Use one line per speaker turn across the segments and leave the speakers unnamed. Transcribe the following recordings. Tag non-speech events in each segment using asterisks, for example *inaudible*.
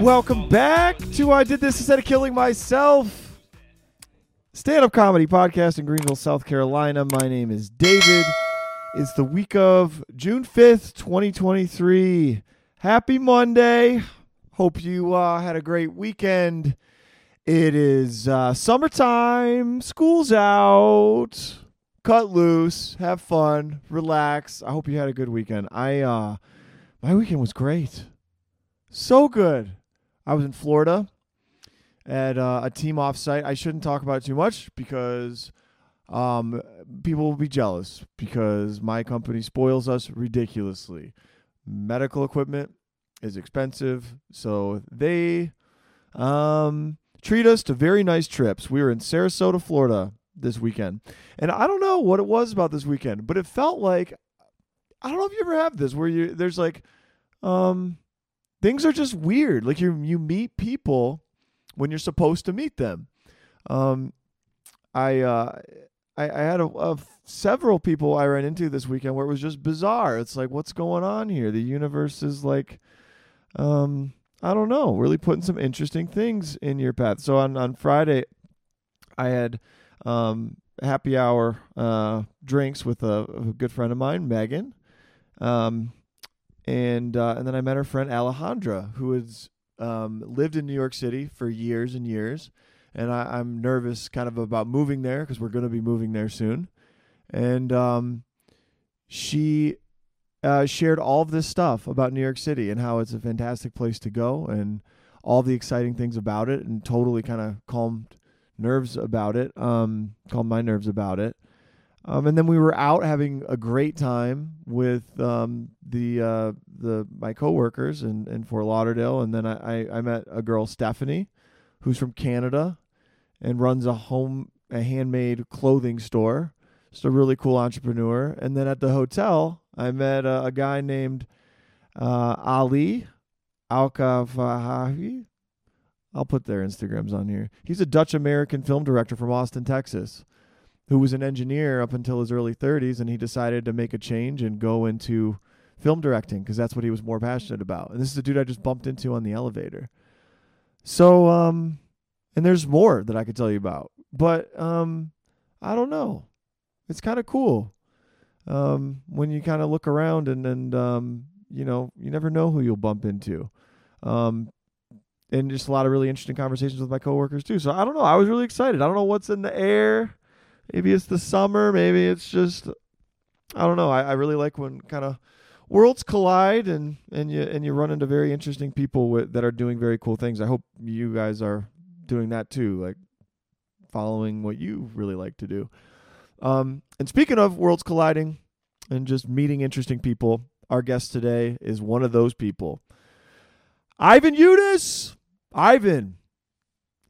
Welcome back to I Did This Instead of Killing Myself, stand up comedy podcast in Greenville, South Carolina. My name is David. It's the week of June 5th, 2023. Happy Monday. Hope you uh, had a great weekend. It is uh, summertime, school's out. Cut loose, have fun, relax. I hope you had a good weekend. I uh my weekend was great. So good. I was in Florida at uh, a team offsite. I shouldn't talk about it too much because um, people will be jealous because my company spoils us ridiculously. Medical equipment is expensive, so they um, treat us to very nice trips. We were in Sarasota, Florida this weekend, and I don't know what it was about this weekend, but it felt like I don't know if you ever have this where you there's like um, things are just weird. Like you you meet people when you're supposed to meet them. Um, I, uh, I I had a, a f- several people I ran into this weekend where it was just bizarre. It's like what's going on here? The universe is like, um, I don't know, really putting some interesting things in your path. So on on Friday, I had um, happy hour uh, drinks with a, a good friend of mine, Megan. Um, and uh, and then I met her friend Alejandra, who has um, lived in New York City for years and years, and I, I'm nervous kind of about moving there because we're going to be moving there soon, and um, she uh, shared all of this stuff about New York City and how it's a fantastic place to go and all the exciting things about it, and totally kind of calmed nerves about it, um, calmed my nerves about it. Um, and then we were out having a great time with um, the uh, the my coworkers in, in Fort Lauderdale, and then I, I, I met a girl Stephanie, who's from Canada, and runs a home a handmade clothing store. Just a really cool entrepreneur. And then at the hotel, I met a, a guy named uh, Ali Alkafahavi. I'll put their Instagrams on here. He's a Dutch American film director from Austin, Texas who was an engineer up until his early 30s, and he decided to make a change and go into film directing because that's what he was more passionate about. And this is a dude I just bumped into on the elevator. So, um, and there's more that I could tell you about, but um, I don't know. It's kind of cool um, when you kind of look around and and um, you know you never know who you'll bump into. Um, and just a lot of really interesting conversations with my coworkers too. So I don't know. I was really excited. I don't know what's in the air maybe it's the summer maybe it's just i don't know i, I really like when kind of worlds collide and and you and you run into very interesting people with, that are doing very cool things i hope you guys are doing that too like following what you really like to do um and speaking of worlds colliding and just meeting interesting people our guest today is one of those people ivan Udis. ivan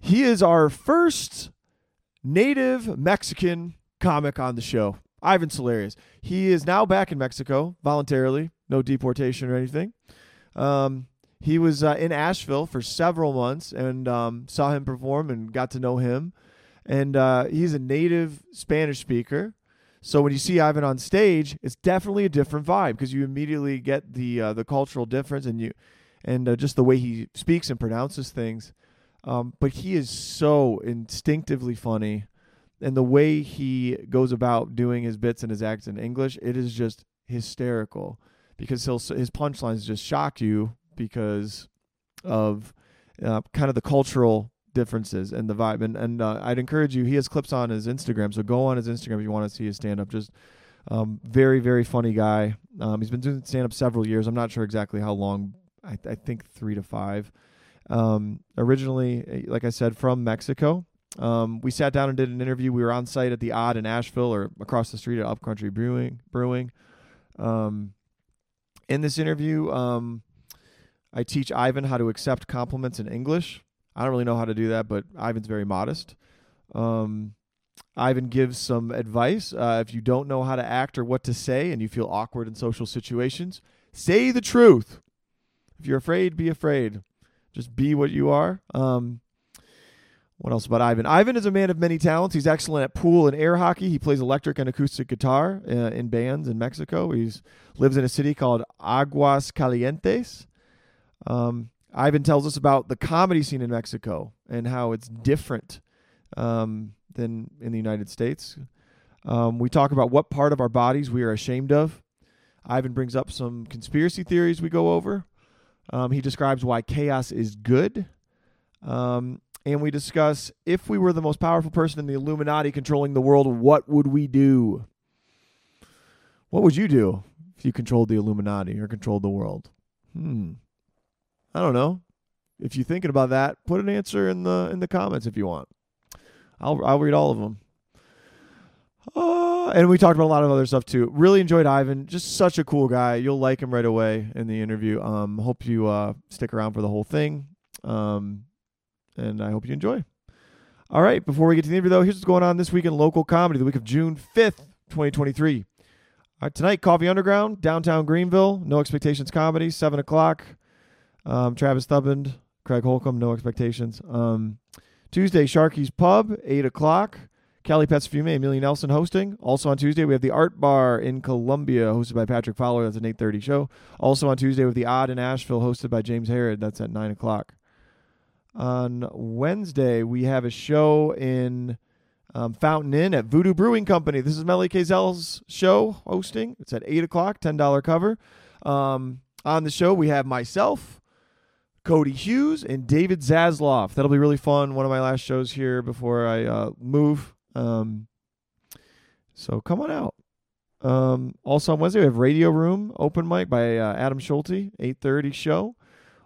he is our first native Mexican comic on the show. Ivan Solarius. He is now back in Mexico voluntarily, no deportation or anything. Um, he was uh, in Asheville for several months and um, saw him perform and got to know him. And uh, he's a native Spanish speaker. So when you see Ivan on stage, it's definitely a different vibe because you immediately get the uh, the cultural difference and you and uh, just the way he speaks and pronounces things um, but he is so instinctively funny, and the way he goes about doing his bits and his acts in English, it is just hysterical because he'll his punchlines just shock you because of uh, kind of the cultural differences and the vibe. And and uh, I'd encourage you. He has clips on his Instagram, so go on his Instagram if you want to see his stand up. Just um, very very funny guy. Um, he's been doing stand up several years. I'm not sure exactly how long. I, I think three to five um, originally, eh, like I said, from Mexico. Um, we sat down and did an interview. We were on site at the Odd in Asheville, or across the street at Upcountry Brewing. Brewing. Um, in this interview, um, I teach Ivan how to accept compliments in English. I don't really know how to do that, but Ivan's very modest. Um, Ivan gives some advice. Uh, if you don't know how to act or what to say, and you feel awkward in social situations, say the truth. If you're afraid, be afraid just be what you are. Um, what else about Ivan? Ivan is a man of many talents. He's excellent at pool and air hockey. He plays electric and acoustic guitar uh, in bands in Mexico. He lives in a city called Aguas Calientes. Um, Ivan tells us about the comedy scene in Mexico and how it's different um, than in the United States. Um, we talk about what part of our bodies we are ashamed of. Ivan brings up some conspiracy theories we go over. Um, he describes why chaos is good. Um, and we discuss if we were the most powerful person in the Illuminati controlling the world, what would we do? What would you do if you controlled the Illuminati or controlled the world? Hmm. I don't know. If you're thinking about that, put an answer in the in the comments if you want. I'll I'll read all of them. Uh, and we talked about a lot of other stuff too. Really enjoyed Ivan. Just such a cool guy. You'll like him right away in the interview. Um, hope you uh, stick around for the whole thing. Um, and I hope you enjoy. All right, before we get to the interview though, here's what's going on this week in local comedy, the week of June 5th, 2023. All right, tonight, Coffee Underground, downtown Greenville, No Expectations Comedy, 7 o'clock. Um, Travis Thubbend, Craig Holcomb, No Expectations. Um, Tuesday, Sharky's Pub, 8 o'clock. Kelly Pesfume, Amelia Nelson hosting. Also on Tuesday, we have the Art Bar in Columbia, hosted by Patrick Fowler. That's an 8.30 show. Also on Tuesday, we have the Odd in Asheville, hosted by James Harrod. That's at 9 o'clock. On Wednesday, we have a show in um, Fountain Inn at Voodoo Brewing Company. This is Melly Kazel's show hosting. It's at 8 o'clock, $10 cover. Um, on the show, we have myself, Cody Hughes and David Zasloff. That'll be really fun. One of my last shows here before I uh, move. Um, so come on out. Um, also on Wednesday we have Radio Room open mic by uh, Adam Schulte, eight thirty show.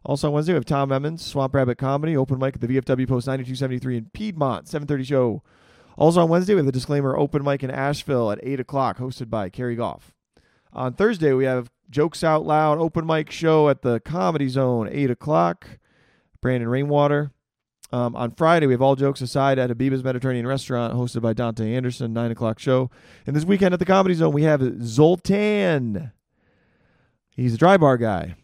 Also on Wednesday we have Tom Emmons Swamp Rabbit Comedy open mic at the VFW Post ninety two seventy three in Piedmont, seven thirty show. Also on Wednesday we have the Disclaimer open mic in Asheville at eight o'clock, hosted by Kerry Goff. On Thursday, we have Jokes Out Loud open mic show at the Comedy Zone, 8 o'clock. Brandon Rainwater. Um, on Friday, we have All Jokes Aside at Abiba's Mediterranean Restaurant, hosted by Dante Anderson, 9 o'clock show. And this weekend at the Comedy Zone, we have Zoltan. He's a dry bar guy.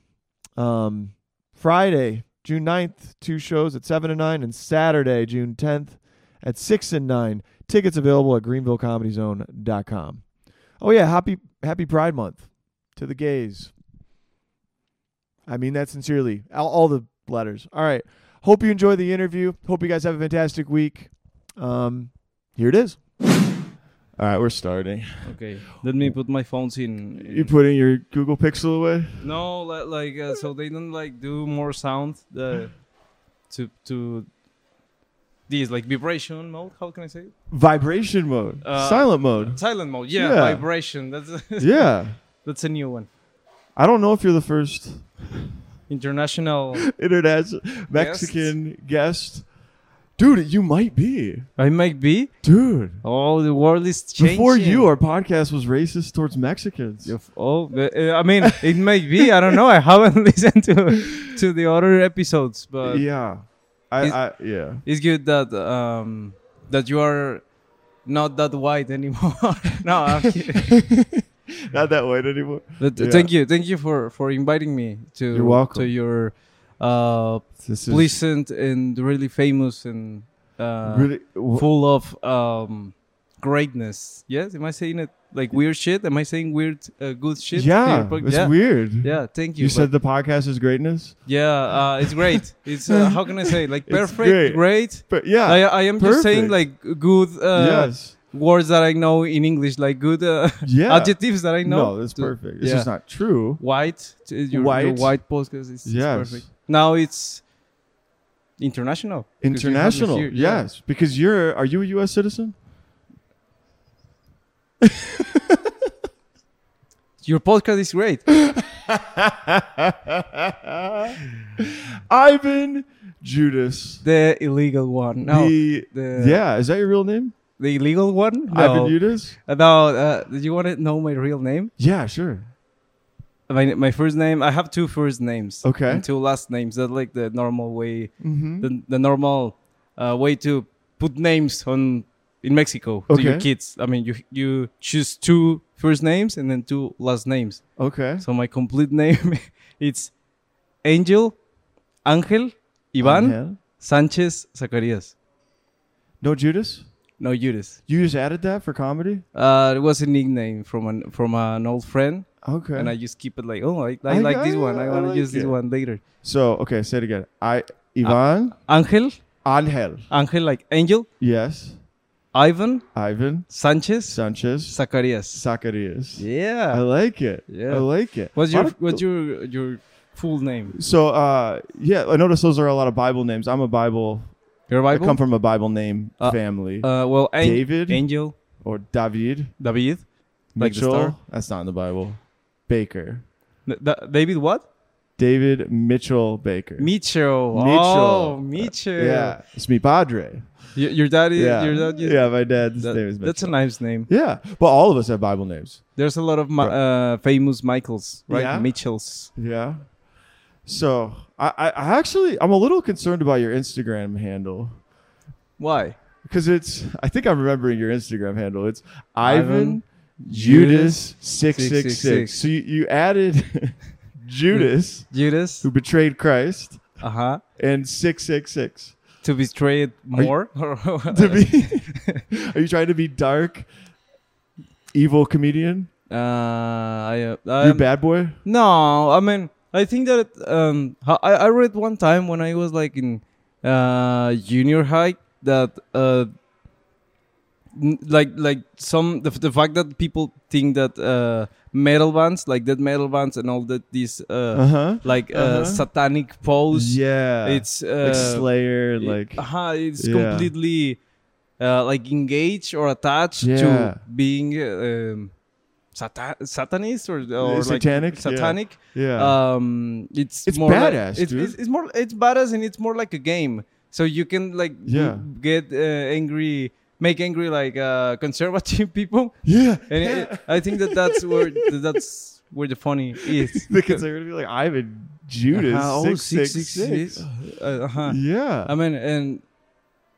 Um, Friday, June 9th, two shows at 7 and 9, and Saturday, June 10th at 6 and 9. Tickets available at greenvillecomedyzone.com. Oh, yeah, happy, happy Pride Month to the gays. I mean that sincerely. All, all the letters. All right. Hope you enjoy the interview. Hope you guys have a fantastic week. Um, here it is. All right, we're starting.
Okay, let me put my phones in.
You
in.
putting your Google Pixel away?
no, li- like uh, so they don't like do more sound uh, to to this like vibration mode. How can I say? It?
Vibration mode,
Uh,
silent
*laughs*
mode.
Silent mode. Yeah,
Yeah.
vibration. That's *laughs*
yeah,
that's a new one.
I don't know if you're the first *laughs*
International.
international Mexican guest, dude. You might be,
I might be.
dude.
Oh, the world is changing.
Before you, our podcast was racist towards Mexicans.
Of- Oh, but, uh, I mean, it might be. I don't know. I haven't *laughs* listened to to the other episodes, but
yeah, I,
Is-
I yeah.
it's good that um that you are not that white *laughs* anymore. no, I'm
*laughs*
kidding.
Not that white anymore.
But uh,
Yeah.
Thank you, thank you for for inviting me to
You're welcome.
to your uh
This is
pleasant and really famous and uh
really w-
full of um greatness. Yes, am I saying it like weird shit? Am I saying weird uh, good shit?
yeah,
But-
it's
yeah.
weird.
Yeah, thank
you,
you. but-
said the podcast is greatness,
yeah, uh, it's
*laughs*
great. It's uh, how can I say like
It's
perfect,
great.
great.
but yeah,
I, uh, I am just saying like
Perfect.
good uh,
yes,
words that I know in English, like good uh,
*laughs* yeah,
adjectives that I know.
no, that's
to-
perfect. It's
yeah.
just not true.
White, t- your, white, your
White.
white podcast is is
Yes.
perfect. Now it's international. because you have me
International,
here, yeah.
yes, because you're are you a U.S. *laughs* citizen?
Your podcast is
*laughs*
great.
Ivan Judas.
The illegal one. No, the,
The, yeah, is that your real name,
the illegal one. No,
Ivan Judas?
Uh, no. Uh, do you want to know my real name?
Yeah, sure.
My my first name. I have two first names.
Okay.
And two last names. That's like the normal way.
Mm-hmm.
The, the normal uh, way to put names on in Mexico to your
Okay.
kids. I mean, you you choose two first names and then two last names.
Okay.
So my complete *laughs* name it's Angel Angel Ivan
Angel.
Sanchez Zacarias.
No Judas.
No Judas.
You just added that for comedy.
Uh, it was a nickname from an from an old friend
Okay.
and I just keep it like, oh, I, I,
I-
like this
I-
one. I
I
want to
like
use this
it.
one later.
so okay, say it again.
Uh,
I Ivan
Angel,
Angel.
Angel like Angel,
Yes.
Ivan,
Ivan
Sanchez,
Sanchez
Zacarias.
Zacharias. I
Yeah.
like it.
Yeah.
I like it.
What's your
Lot of-
what's your your full name?
so uh yeah, I noticed those are a lot of Bible names. I'm a Bible
Your
I come
Bible?
from a Bible name
Uh,
family.
Uh, well, An-
David
Angel,
or David
David, Like the
Mitchell.
star?
That's not in the Bible. Baker.
N- Da- David what?
David Mitchell Baker.
Mitchell.
Mitchell.
Oh, Mitchell.
Yeah. It's me padre.
Y- your daddy.
Yeah.
Your dad.
yeah, my dad's
that-
name is Mitchell.
that's a nice name.
Yeah, but all of us have Bible names.
There's a lot of mi- uh, famous Michaels, right?
Yeah.
Mitchells.
Yeah. So I, I, I actually I'm a little concerned about your Instagram handle
Why?
because it's I think I'm remembering your Instagram handle. It's
Ivan
Ivan Judas six
666.
six six. So you, you added *laughs* Judas
Judas.
who betrayed Christ
Uh huh.
and six six six
To betray it
you-
more. *laughs* or what?
to be. are you trying to be dark, evil comedian?
Uh, I, uh,
you
um,
bad boy.
No, I mean, I think that um, I, I read one time when I was like in uh, junior high that uh, n- like like some the, the fact that people think that uh, metal bands like death metal bands and all that these uh,
Uh huh.
like uh,
uh-huh.
satanic pose,
Yeah.
it's uh,
like Slayer.
it-
Like
uh-huh, it's
Yeah.
completely uh, like engaged or attached
Yeah.
to being uh, um, sata- satanist or, or like
satanic? Yeah.
satanic.
yeah.
Um, it's
It's
more like-
badass,
it's,
dude.
it's, it's more it's badass and it's more like a game. So you can like
Yeah.
m- get uh, angry, make angry like uh, conservative *laughs* people,
Yeah.
and it- it- I think that
*laughs*
that's where that's where the funny is.
because they're gonna be like Ivan Judas
Uh-huh. Oh, six,
six six
six,
six.
six. Uh, uh-huh.
Yeah.
I mean, and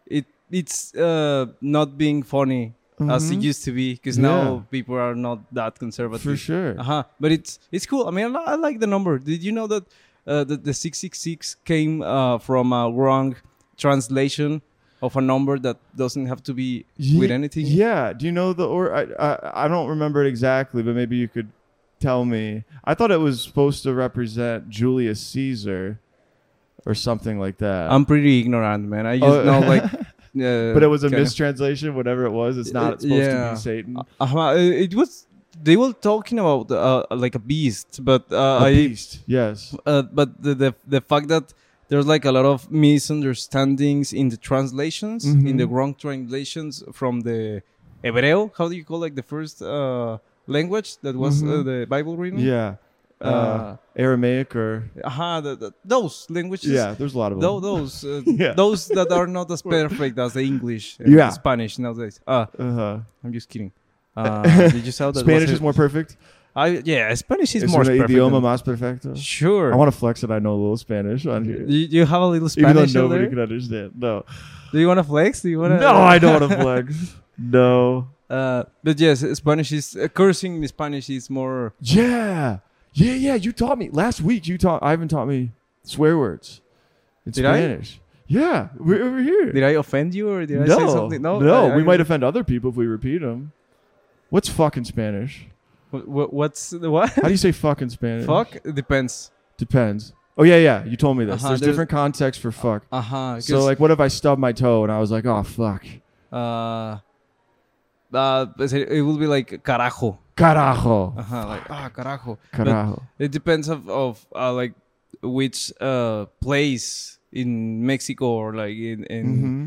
it it's uh, not being funny as it
Mhm.
used to be because
Yeah.
now people are not that conservative.
for sure.
Uh-huh. But it's it's cool. I mean, I, li- I like the number. Did you know that uh, the, the 666 came uh, from a wrong translation of a number that doesn't have to be
Ye-
with anything?
Yeah. Do you know the or I, I I don't remember it exactly, but maybe you could tell me. I thought it was supposed to represent Julius Caesar or something like that.
I'm pretty ignorant, man. I just
Oh.
know
*laughs*
like uh,
but it was a
kinda-
mistranslation, whatever it was. It's not
Uh,
supposed
yeah.
to be Satan.
Uh-huh. It it was they were talking about uh, like a beast, but uh,
A
I
beast. Yes.
uh, but the, the the fact that there's like a lot of misunderstandings in the translations, in the
Mhm.
wrong translations from the Hebreo. How do you call like the first uh, language that was uh,
Mhm.
the Bible reading?
Yeah. Uh,
Uh,
Aramaic or
aha, the, the- those languages.
yeah. There's a lot of
tho-
them.
Those, uh,
*laughs* Yeah.
those that are not
*laughs*
as perfect as the English and
Yeah.
the Spanish nowadays. Uh,
Uh-huh.
I'm just kidding. Uh, did you saw that?
*laughs* Spanish
was
is
it-
more perfect.
I, yeah, Spanish is
It's
more
un
perfect.
idioma
than-
más perfecto.
Sure.
I want to flex that I know a little Spanish on here.
you, you have a little
Even though
Spanish. over
nobody
there?
can understand. No.
Do you want to flex? Do you want to?
No, I don't want to *laughs* flex. No.
Uh, but yes, Spanish is uh, cursing in Spanish is more.
Yeah. Yeah, yeah. You taught me last week. You taught Ivan taught me swear words in
Did I?
Spanish. Yeah, we're over here.
Did I offend you or did I
no,
say something?
no,
No, I-
we
I-
might offend other people if we repeat them. What's fucking Spanish?
Wh- wh- what's the what?
How do you say fuck in Spanish?
*laughs* Fuck depends.
depends. Oh yeah, yeah. You told me this.
Uh-huh,
there's,
there's-
different contexts for fuck.
Uh huh.
so like, what if I stubbed my toe and I was like, oh fuck,
uh, uh, but it it will be like carajo.
carajo,
Uh huh. Like ah, carajo. But
carajo.
It depends of of uh, like which uh place in Mexico or like in in.
Mm-hmm.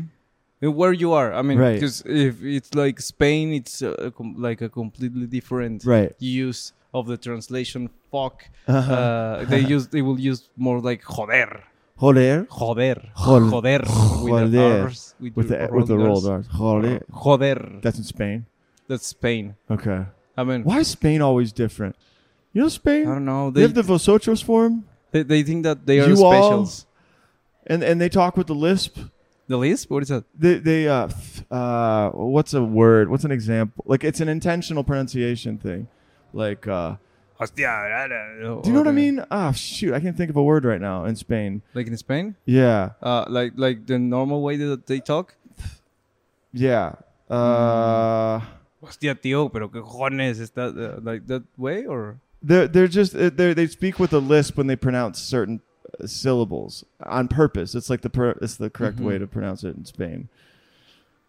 Uh, where you are. I mean,
Right.
because if it's like Spain, it's uh, com- like a completely different
Right.
use of the translation. Fuck.
Uh-huh.
Uh, they use they will use more like joder,
Joder.
joder,
Jol-
joder, with the
joder.
R's, with,
With
your
the with the rolled
Rs.
R's. Joder.
Joder.
That's in Spain.
That's Spain.
Okay.
I mean,
Why is Spain always different? You know
I
Spain?
don't know.
they
They
have the vosotros form
they, they think that they are
You all-
specials.
and and they talk with the lisp.
The lisp. What is that?
They they uh th- uh what's a word? What's an example? Like it's an intentional pronunciation thing. Like uh
oh,
Do you know what I mean? Ah shoot, I can't think of a word right now in Spain.
Like in Spain,
Yeah.
uh, like like the normal way that they talk.
Yeah. Uh
Hostia, tío, pero qué cojones. Is uh, that uh, like that way or?
They're they're just they they speak with a lisp when they pronounce certain uh, syllables on purpose. It's like the pro, it's the correct
Mm-hmm.
way to pronounce it in Spain.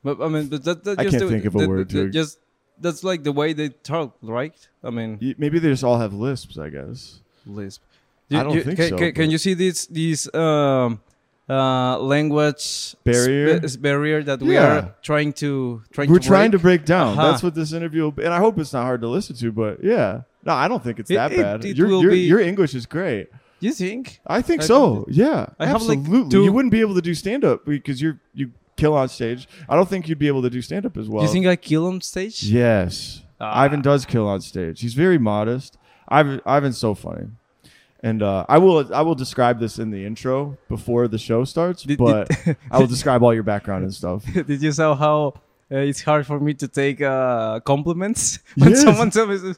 But I mean, but that, that
I
just
can't
the-
think of a
the-
word
the-
to-
Just that's like the way they talk, right? I mean,
You- Maybe they just all have lisps, I guess.
Lisp.
I don't think
can,
so,
Can, can
but-
you see this this um, uh, language
Barrier?
sp- barrier that we
Yeah.
are trying to trying
We're
to
trying to
break?
break down.
Aha.
That's what this interview will be. And I hope it's not hard to listen to, but yeah. No, I don't think it's
It-
that
it-
bad.
it
your,
will
your,
be-
your English is great.
You think?
I think
I
so. yeah,
I have, like,
absolutely.
two-
You wouldn't be able to do stand up because you're you kill on stage. I don't think you'd be able to do stand up as well.
you think I kill on stage?
Yes,
Ah.
Ivan does kill on stage. He's very modest. Ivan Ivan's so funny, and uh, I will I will describe this in the intro before the show starts.
Did-
but I
*laughs*
will describe all your background and stuff.
Did you saw how uh, it's hard for me to take uh, compliments *laughs* when
Yes.
someone tells
*laughs*
me?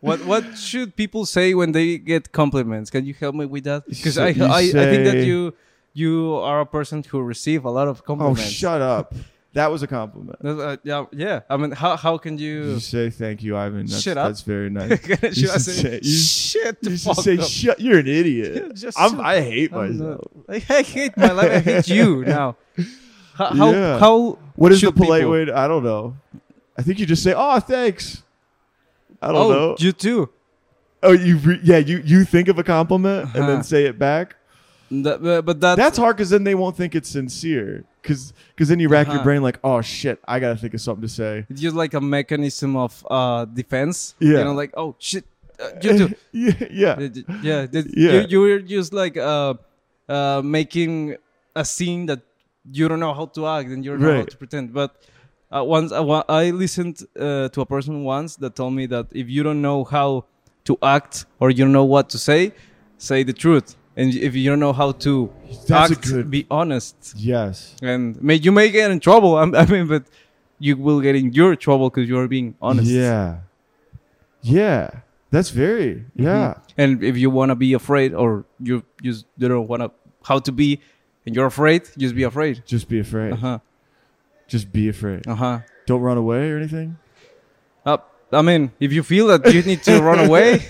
what what should people say when they get compliments? Can you help me with that? Because
You
I,
say-
I,
you
I think that
say-
you you are a person who receive a lot of
Oh,
compliments.
shut up! That was a compliment.
That's, uh, yeah, yeah. I mean, how how can you? *laughs*
You say thank you, Ivan. That's,
Shut up.
That's
*laughs*
very nice.
should I
should
say,
say- you-
shut the
You should
fuck
say
up.
shut. You're an idiot.
*laughs* Just
I'm,
shut
I hate
I'm
myself.
not- *laughs* I, I hate my life. I hate you
*laughs*
now. How how,
Yeah.
how
What is the
should
polite
people-
way? To, I don't know. I think you just say, "Oh, thanks." I don't
oh,
know.
you too.
oh, you re- yeah, you you think of a compliment
Uh-huh.
and then say it back.
That- but, but that's,
That's hard because then they won't think it's sincere. Because then you rack
Uh-huh.
your brain like, "Oh shit, I gotta think of something to
*laughs*
say."
it's just like a mechanism of uh, defense.
Yeah.
You know, like oh shit, uh, you
*laughs*
too.
yeah, yeah.
Did you- yeah, did-
Yeah.
You, you're just like uh, uh, making a scene that you don't know how to act and you don't know how
Right.
to pretend. But uh, once I, wa- I listened uh, to a person once that told me that if you don't know how to act or you don't know what to say, say the truth. And if you don't know how to
That's a
act,
good-
be honest.
Yes.
and may you may get in trouble. *laughs* I'm, I mean, but you will get in your trouble because you are being honest.
Yeah. Yeah. That's very
Mm-hmm.
yeah.
Hmm. And if you want to be afraid, or you you s- you don't want to how to be, and you're afraid, just be afraid.
Just be afraid.
Uh huh.
Just be afraid.
Uh huh.
Don't run away or anything.
Uh, I mean, if you feel that you need
*laughs*
to run away,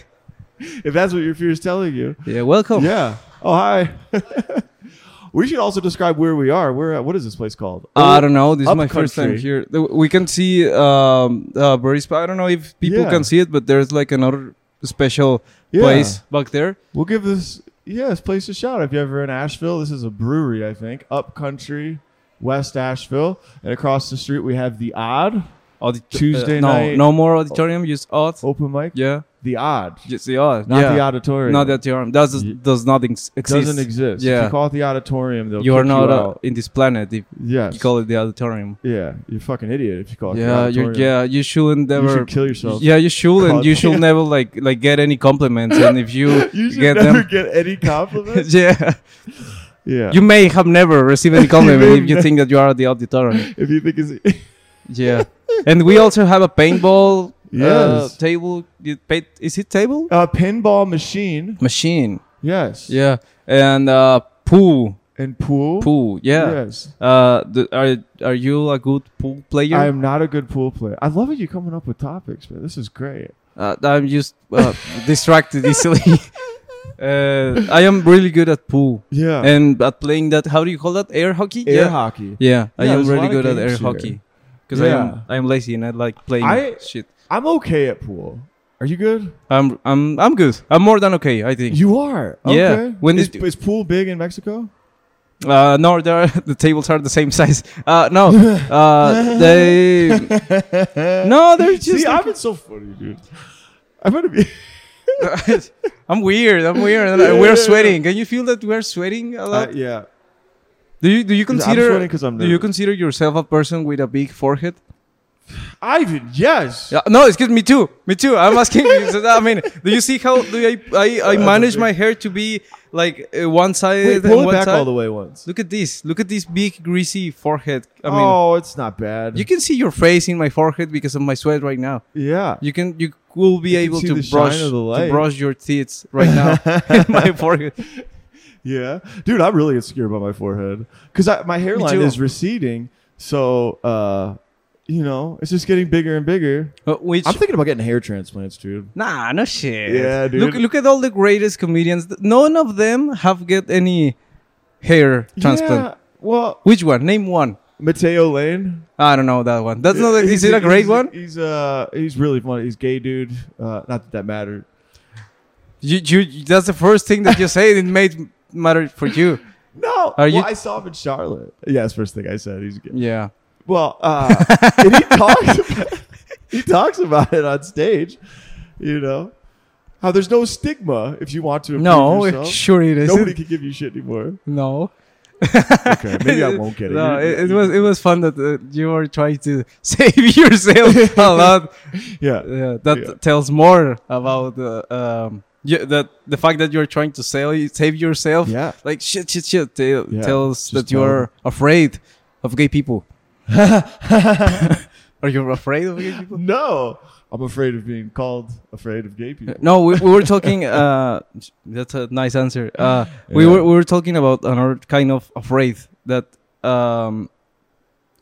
If that's what your fear is telling you.
yeah, welcome.
Yeah. Oh, hi. *laughs* we should also describe where we are. We're at, what is this place called?
I don't know. This is my first time
Upcountry.
here. The- We can see um, uh, Barispa. I don't know if people
Yeah.
can see it, but there's like another special
Yeah.
place back there.
We'll give this yeah, this place a shout. If you're ever in Asheville, this is a brewery, I think. Up country, West Asheville. And across the street we have the Odd.
Audit- uh,
Tuesday
no,
night- Oh.
No more auditorium. Just odd.
Open mic.
Yeah.
The Odd.
Just the odd.
Not
oh, yeah.
the auditorium.
Not the auditorium. Does
Ye-
does not ex- exist.
doesn't exist. If
Yeah.
you call it the auditorium, they'll
you are
kick
not
you
uh,
out.
in this planet if
Yes.
you call it the auditorium.
yeah. You're a fucking idiot if you call it the
yeah, you
auditorium.
yeah, you shouldn't
You
ever.
should kill yourself.
yeah, you should,
Call
and
it
you
the-
should never like like get any compliments. and if you,
*laughs* You should
get
never
them,
get any *laughs*
*laughs*
compliments.
yeah,
yeah.
you may have never received any
You
compliment
may
if you
ne-
think that you are at the auditorium.
if you think it's *laughs*
Yeah, and we also have a paintball uh,
Yes.
table. You paint, is it table
a Uh, pinball machine.
machine?
Yes.
Yeah, and uh, pool,
And pool.
pool. Yeah.
Yes.
Uh, the, are are you a good pool player?
I am not a good pool player. I love it. You coming up with topics, man. This is great.
Uh, I'm just uh,
*laughs*
distracted easily. uh, I am really good at pool
Yeah.
and at playing that. How do you call that? Air hockey.
air
yeah.
hockey.
yeah, I
Yeah,
am
there's a
really
lot of
good at air
games here.
hockey because I
Yeah.
am I am lazy and I like playing
I-
shit.
I'm okay at pool. Are you good?
I'm I'm I'm good. I'm more than okay. I think.
You are. Okay.
Yeah. When
is,
did-
is pool big in Mexico?
Uh, no, there are, *laughs* the tables are the same size. Uh,
*laughs*
no, uh, they no, they're just.
See, I've been so funny, dude. I'm gonna be.
I'm weird. I'm weird.
Yeah, yeah,
We're
yeah.
sweating. Can you feel that we're sweating a lot?
Uh, yeah.
Do you do you
I'm
consider
sweating because I'm
do you
nervous.
consider yourself a person with a big forehead?
Ivan, yes.
Yeah, no, excuse me too. Me too. I'm asking. you, so that- I mean, do you see how do I I, I
a
manage
big-
my hair to be like uh, one side
Wait,
and
pull it
one
back
side?
all the way once.
Look at this. Look at this big greasy forehead. I mean,
oh, it's not bad.
you can see your face in my forehead because of my sweat right now.
yeah.
You can you will be
You can
able
see
to
the shine
brush
of the
to
light.
brush your teeth right now
*laughs*
in my forehead.
Yeah, dude, I'm really insecure about my forehead because my hairline
too.
is receding. So uh, You know, it's just getting bigger and bigger.
Uh, which
I'm thinking about getting hair transplants, dude.
nah, no shit.
Yeah, dude.
Look, look at all the greatest comedians. None of them have get any hair transplant.
Yeah, well,
Which one? Name one.
Mateo Lane.
I don't know that one. That's not. Is
He's-
it a
*laughs* he's-
great one?
He's uh, he's really funny. He's gay, dude. Uh, not that that mattered.
You, you, that's the first thing that you say. It made matter for you.
No,
Are
well,
you-
I saw him in Charlotte. Yeah, that's the first thing I said. He's gay.
Yeah.
*laughs* Well, uh,
*laughs*
and he talks about, he talks about it on stage, you know, how there's no stigma if you want to improve
No,
yourself.
sure it is.
Nobody can give you shit
*laughs*
anymore.
no.
Okay, maybe I
*laughs*
won't get it.
No,
You-
it, it
you-
was it was fun that uh, you were trying to *laughs* save
*laughs*
yourself a lot.
yeah.
Yeah, that
Yeah.
tells more about the um yeah, that the fact that you're trying to sell save yourself.
Yeah.
Like shit, shit, shit. Tell,
Yeah,
tells
just
that
tell
you are afraid of gay
*laughs*
people. are you afraid of gay people?
*laughs* No, I'm afraid of being called afraid of gay people.
No, we, we were talking. Uh, that's a nice answer. Uh, we
Yeah.
were we were talking about another kind of afraid that um,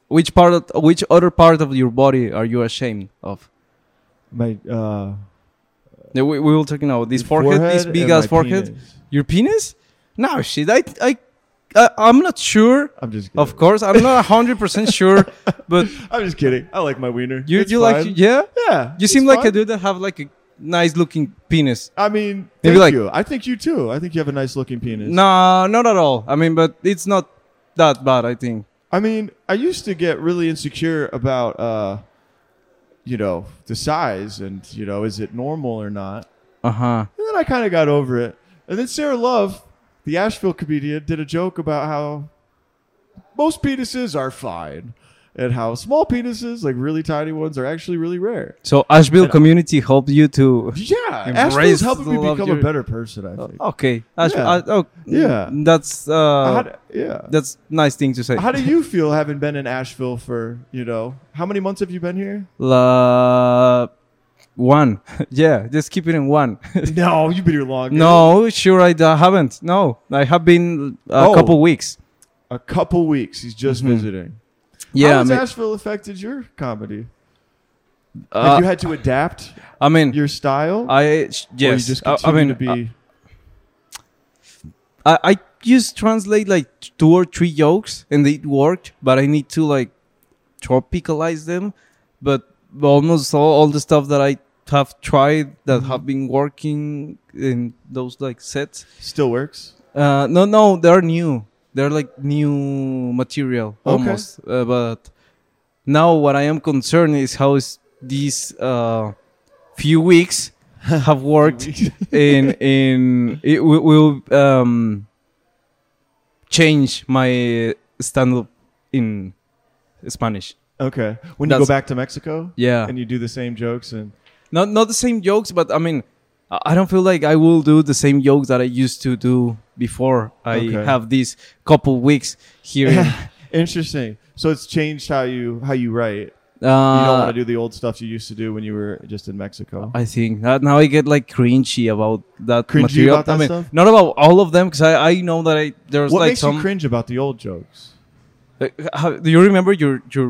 which part of, which other part of your body are you ashamed of?
My uh,
Yeah, We, we were talking about this forehead, this big
and
ass
my
forehead.
penis.
Your penis? No shit. I I uh, I'm not sure.
I'm just kidding.
Of course, I'm not hundred percent sure, but
I'm just kidding. I like my wiener.
you
It's
you like
fine.
yeah.
yeah.
You
it's
seem like
fine.
a dude that have like a nice looking penis.
I mean,
Maybe
thank
like-
you. I think you too. I think you have a nice looking penis.
No, not at all. I mean, but it's not that bad. I think.
I mean, I used to get really insecure about, uh, you know, the size and you know, is it normal or not?
Uh huh.
And then I kind of got over it. And then Sarah Love, the Asheville comedian, did a joke about how most penises are fine and how small penises, like really tiny ones, are actually really rare.
So Asheville community helped you to.
*laughs* Yeah,
Embrace
Asheville's helping me
the love
become
your-
a better person. I think.
Okay. Asheville.
Yeah.
uh, oh,
Yeah.
That's uh.
How d- yeah.
that's nice thing to say.
How do you feel having been in Asheville for, you know, how many months have you been here?
La one. *laughs* yeah. Just keep it in one.
*laughs*
*laughs*
No, you've been here longer.
no, sure I uh, haven't. No, I have been a
Oh.
couple weeks.
A couple weeks. He's just visiting. Mm-hmm. How
Yeah. I
has
mean,
Asheville affected your comedy? Have
uh,
you had to adapt
I mean,
your style?
I sh-
or
yes.
you just
I, I
continue
mean,
to be.
I, I just translate like two or three jokes and it worked, but I need to like tropicalize them. But almost all, all the stuff that I have tried that have been working in those like sets.
still works.
Uh, no, no, they're new. They're like new material
Okay.
almost. Uh, but now what I am concerned is how is these uh, few weeks have worked in in it will, will um change my stand up in Spanish.
*laughs* okay. When you
That's-
go back to Mexico
Yeah.
and you do the same jokes
*laughs*
and
Not not the same jokes, but I mean I I don't feel like I will do the same jokes that I used to do before I
Okay.
have these couple weeks
*laughs*
here. in-
interesting. So it's changed how you how you write. You
uh,
don't want to do the old stuff you used to do when you were just in Mexico.
I think that now I get like cringy about that
Cringy
material.
about that
I mean,
stuff?
not about all of them because I, I know that I there's
what
like
makes
some.
you cringe about the old jokes?
Uh, how, do you remember your your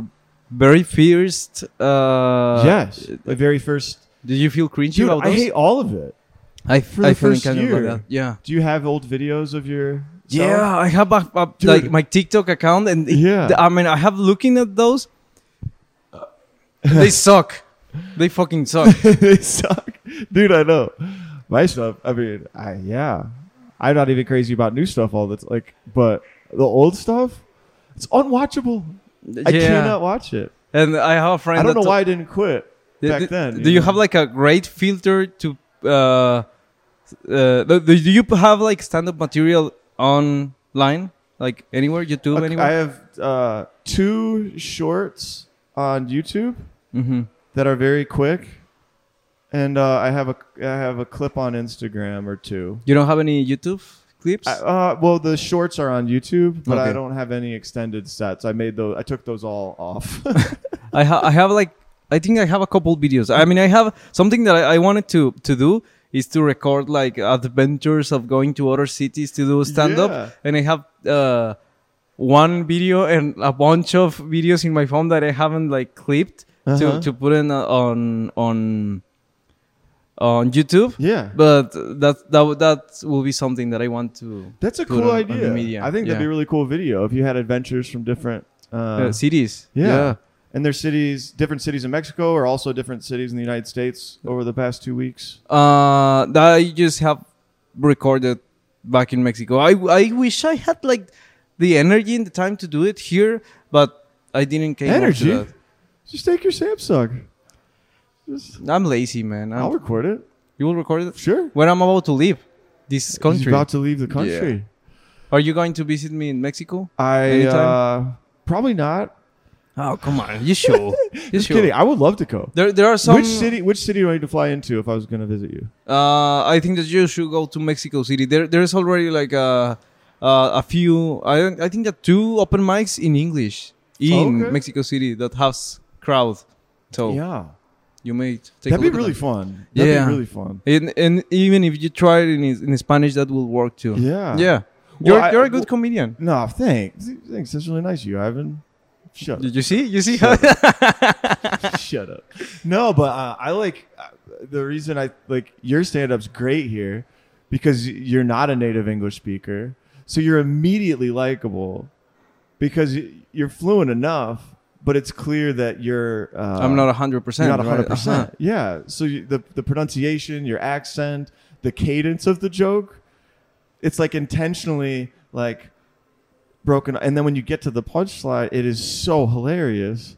very first? Uh,
yes, the very first.
Did you feel cringy
Dude,
about
I
those?
hate all of it.
I
for the
I feel
first
kind of like
year.
that. Yeah.
Do you have old videos of your? self?
Yeah, I have a, a-
Dude.
like my TikTok account, and it-
Yeah.
I mean, I have looking at those. They suck. They fucking suck.
they suck, dude. I know my stuff. I mean, I yeah, I'm not even crazy about new stuff all the time. Like, but the old stuff, it's unwatchable. *laughs* I
Yeah.
cannot watch it.
And I have a friend.
I don't
that
know
to-
why I didn't quit
Do-
back
do-
then.
Do you
know?
have like a great filter to? Uh, uh, do, do you have like stand-up material online, like anywhere, YouTube,
Look, I
anywhere?
have uh, two shorts on YouTube
mm-hmm.
that are very quick, and uh, I have a I have a clip on Instagram or two.
You don't have any YouTube clips?
I, uh, well, the shorts are on YouTube, but I
Okay.
don't have any extended sets. I made those. I took those all off. *laughs*
I, ha- I have like I think I have a couple videos. I mean, I have something that I, I wanted to to do is to record like adventures of going to other cities to do stand up,
Yeah.
and I have uh, one video and a bunch of videos in my phone that I haven't like clipped
Uh-huh.
to, to put in uh, on on on YouTube.
Yeah.
But that that would- that will be something that I want to uh,
That's a
put
cool
on- on the
idea.
media.
I think that'd
Yeah.
be a really cool video if you had adventures from different uh,
uh, cities.
yeah. and there's cities, different cities in Mexico, or also different cities in the United States over the past two weeks.
uh, that I just have recorded back in Mexico. I, I wish I had like the energy and the time to do it here, but I didn't came up to
Energy?
that.
Just take your Samsung. Just,
I'm lazy, man. I'm-
I'll record it.
you will record it
Sure.
when I'm about to leave this country.
He's about to leave the country.
Are you going to visit me in Mexico?
I uh,
Anytime?
probably not.
Oh come on, you
*laughs*
sure? you
Just
sure?
kidding. I would love to go.
There, there are some.
which city? Which city do I need to fly into if I was going to visit you?
Uh, I think that you should go to Mexico City. There, there is already like a, uh, a few. I, don't- I think that two open mics in English in
Oh, Okay.
Mexico City that has crowd. So
yeah,
you may Oh. take. a
that'd be
look at
really
that.
fun. That'd
Yeah.
be really fun.
And, and even if you try it in in Spanish, that will work too.
Yeah.
Yeah.
Well,
You're,
I-
you're a good
well-
comedian.
No, thanks. Thanks. That's really nice of you, Ivan. Shut
*laughs* Did you see? You see
*laughs*
how?
Shut up. No, but uh, I like uh, the reason I like your stand up's great here because y- you're not a native English speaker. So you're immediately likable because y- you're fluent enough, but it's clear that you're uh,
I'm not hundred percent.
you're not 100%.
Uh-huh.
Yeah. So you, the the pronunciation, your accent, the cadence of the joke, it's like intentionally like broken and then when you get to the punchline, it is so hilarious.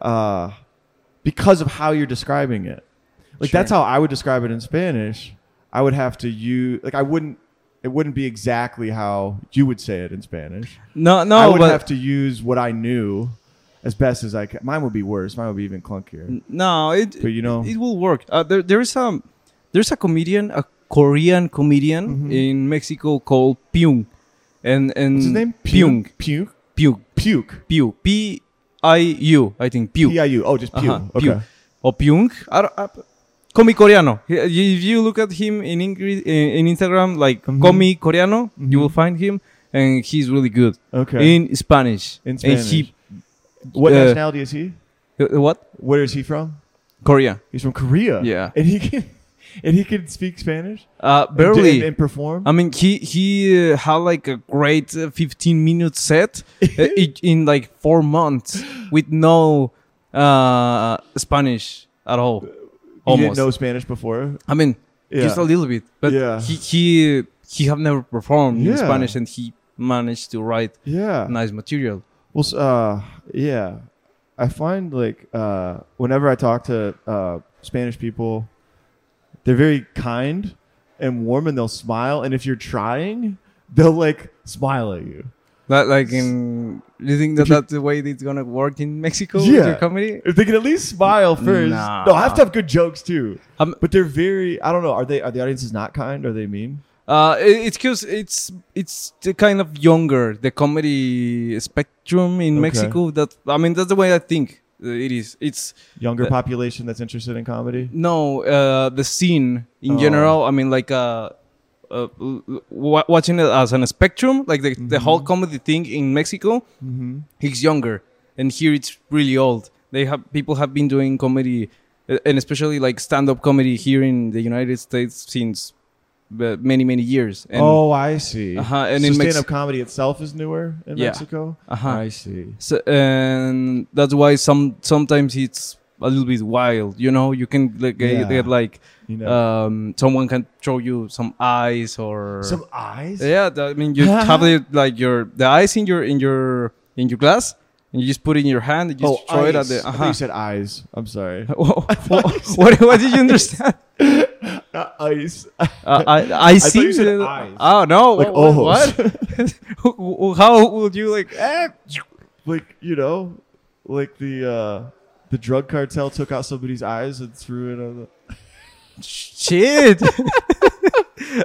Uh because of how you're describing it. Like
Sure.
that's how I would describe it in Spanish. I would have to use like I wouldn't it wouldn't be exactly how you would say it in Spanish.
No, no.
I would
but
have to use what I knew as best as I could. Mine would be worse. Mine would be even clunkier.
No, it
But, you know-
it will work. Uh, there there is um there's a comedian, a Korean comedian in Mexico called Pyung, and and
Mm-hmm. What's his name?
Pyung
Puke.
Pyung
Puke.
Pyung P I U I think Pyung
P I U. Oh, just puke.
Ajá,
Okay.
Pyung. o Pyung. I don't- I- Comi Coreano. He- If you look at him in Ingr- in Instagram, like
Mhm.
Comi Coreano,
Mhm.
you will find him, and he's really good
Okay.
in Spanish.
In
And he,
what
uh,
nationality is he?
uh, what?
Where is he from?
Korea.
He's from Korea.
Yeah.
And he can, *laughs* and he can speak Spanish.
Uh,
And do-
barely.
And, and perform.
I mean, he he uh, had like a great uh, 15 minute set uh,
*laughs*
i- in like four months with no uh, Spanish at all.
He didn't
Almost.
know Spanish before.
I mean,
Yeah.
just a little bit, but
Yeah.
he he he have never performed
Yeah.
in Spanish, and he managed to write
yeah.
nice material.
Well, s- uh, yeah, I find like uh, whenever I talk to uh, Spanish people, they're very kind and warm, and they'll smile. And if you're trying, they'll like smile at you.
That like in you think that
If you-
that's the way it's gonna work in Mexico with
Yeah.
your comedy?
If they can at least smile first,
Nah.
no, I have to have good jokes too.
Um,
but they're very. I don't know. Are they? Are the audiences not kind? Are they mean?
Uh, it- it's because it's it's the kind of younger the comedy spectrum in
Okay.
Mexico. That I mean, that's the way I think uh, it is. It's
Younger
Uh,
population that's interested in comedy.
no uh, the scene in
Oh.
general. I mean, like uh, uh, w- w- watching it as an spectrum, like the, the whole comedy thing in Mexico,
Mm-hmm.
it's younger, and here it's really old. They have people have been doing comedy, uh, and especially like stand up comedy here in the United States since uh, many many years. And
oh, I see.
Uh-huh, and
so
in Mex-
stand-up comedy itself is newer in
Yeah.
Mexico.
Uh-huh.
I see.
So, and that's why some sometimes it's a little bit wild. You know, you can like, get,
Yeah.
get like
You know.
um, someone can throw you some eyes or
Some eyes.
yeah. The, I mean,
*laughs*
you have the, like your the ice in your in your in your glass, and you just put it in your hand. And you just throw it at
eyes.
the.
Oh, I thought you
*laughs*
said eyes. I'm sorry.
what, what, what did you understand?
*laughs* Not ice.
Uh, I I
thought
see.
you said
the-
eyes.
Oh no!
Like
what?
ojos.
*laughs* what? How would you like? *laughs* eh,
like you know, like the uh, the drug cartel took out somebody's eyes and threw it on the.
Shit! *laughs*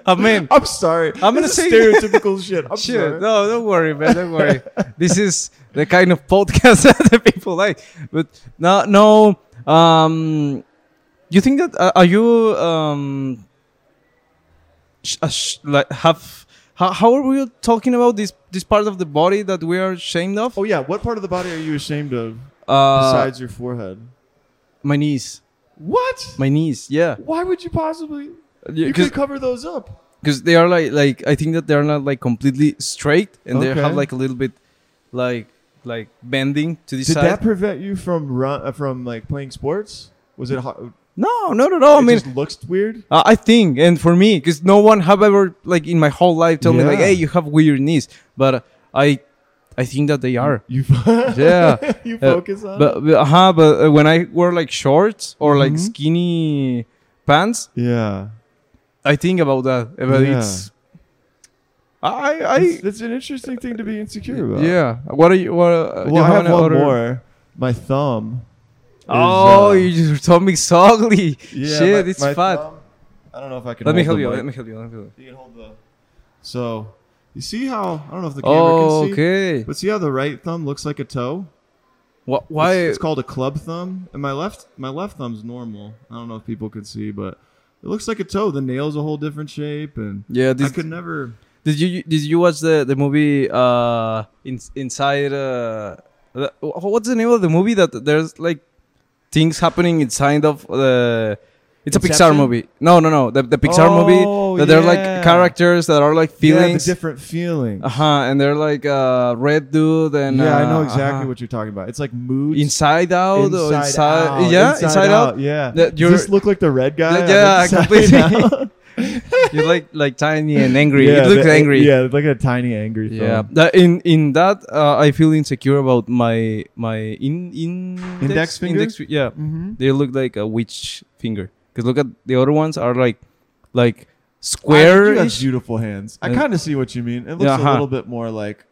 I mean,
I'm sorry.
I'm gonna
This is
say-
stereotypical *laughs* shit. I'm
Sure.
sorry.
No, don't worry, man. Don't worry.
*laughs*
this is the kind of podcast *laughs* that the people like. But no, no. Um, you think that uh, are you um, sh- uh, sh- like have How, how are we talking about this this part of the body that we are ashamed of?
Oh yeah, what part of the body are you ashamed of
Uh,
besides your forehead?
my knees.
What?
My knees. Yeah.
Why would you possibly?
Yeah,
you
'cause-
could cover those up.
because they are like like I think that they are not like completely straight and they
Okay.
have like a little bit like like bending to the
Did
side.
that prevent you from run, uh, from like playing sports? Was it? Hot,
no, not at all. I
it
mean,
just looks weird.
Uh, I I think and for me because no one have ever like in my whole life told me like
Yeah.
hey you have weird knees, but uh, I I think that they are.
You *laughs*
Yeah.
you
Uh,
focus on. it?
But, but, uh-huh, but uh, when I wear like shorts or like
Mhm.
skinny pants,
yeah.
I think about that. But
Yeah.
it's I I
It's, it's an interesting thing to be insecure about.
yeah. What are you? What uh, you
Well, I have
an
one
other-
more. My thumb. is,
Oh,
uh,
you just told me ugly. *laughs*
yeah,
Shit,
my-
it's
my
fat.
thumb- I don't know if I can.
Let me help
hold the
you.
mic.
Let me help you. Let me help you.
You can hold the. So, you see how I don't know if the camera
Oh,
can see,
okay.
but see how the right thumb looks like a toe.
What?
It's-
Why?
It's, called a club thumb, and my left my left thumb's normal. I don't know if people could see, but it looks like a toe. The nail's a whole different shape, and
yeah.
I
Did,
could never.
did you did you watch the the movie uh in, inside uh the, wh- what's the name of the movie that there's like things happening inside of the it's a Pixar
Inception?
movie. No, no, no. The, the Pixar
Oh,
movie that they're
yeah.
like characters that are like
Yeah, the
feelings.
different feeling.
uh huh. And they're like uh red dude and
yeah, I
uh,
know exactly
uh-huh.
what you're talking about. It's like moods.
inside out or
Inside
Oh, inside
Out,
yeah inside, out.
Yeah.
That
Does
you're-
this look like the red guy? on
Yeah,
*laughs* Inside
completely. *laughs*
Out?
You're like like tiny and angry.
Yeah,
it looks
the-
angry.
Yeah, like a tiny angry.
Yeah.
thumb.
That- in in that uh, I feel insecure about my my in in
Index finger?
fi- yeah,
Mhm.
they look like a witch finger. Cause look at the other ones are like like square.
I, you have beautiful hands. I
Uh,
kind of see what you mean. It looks
uh-huh.
a little bit more like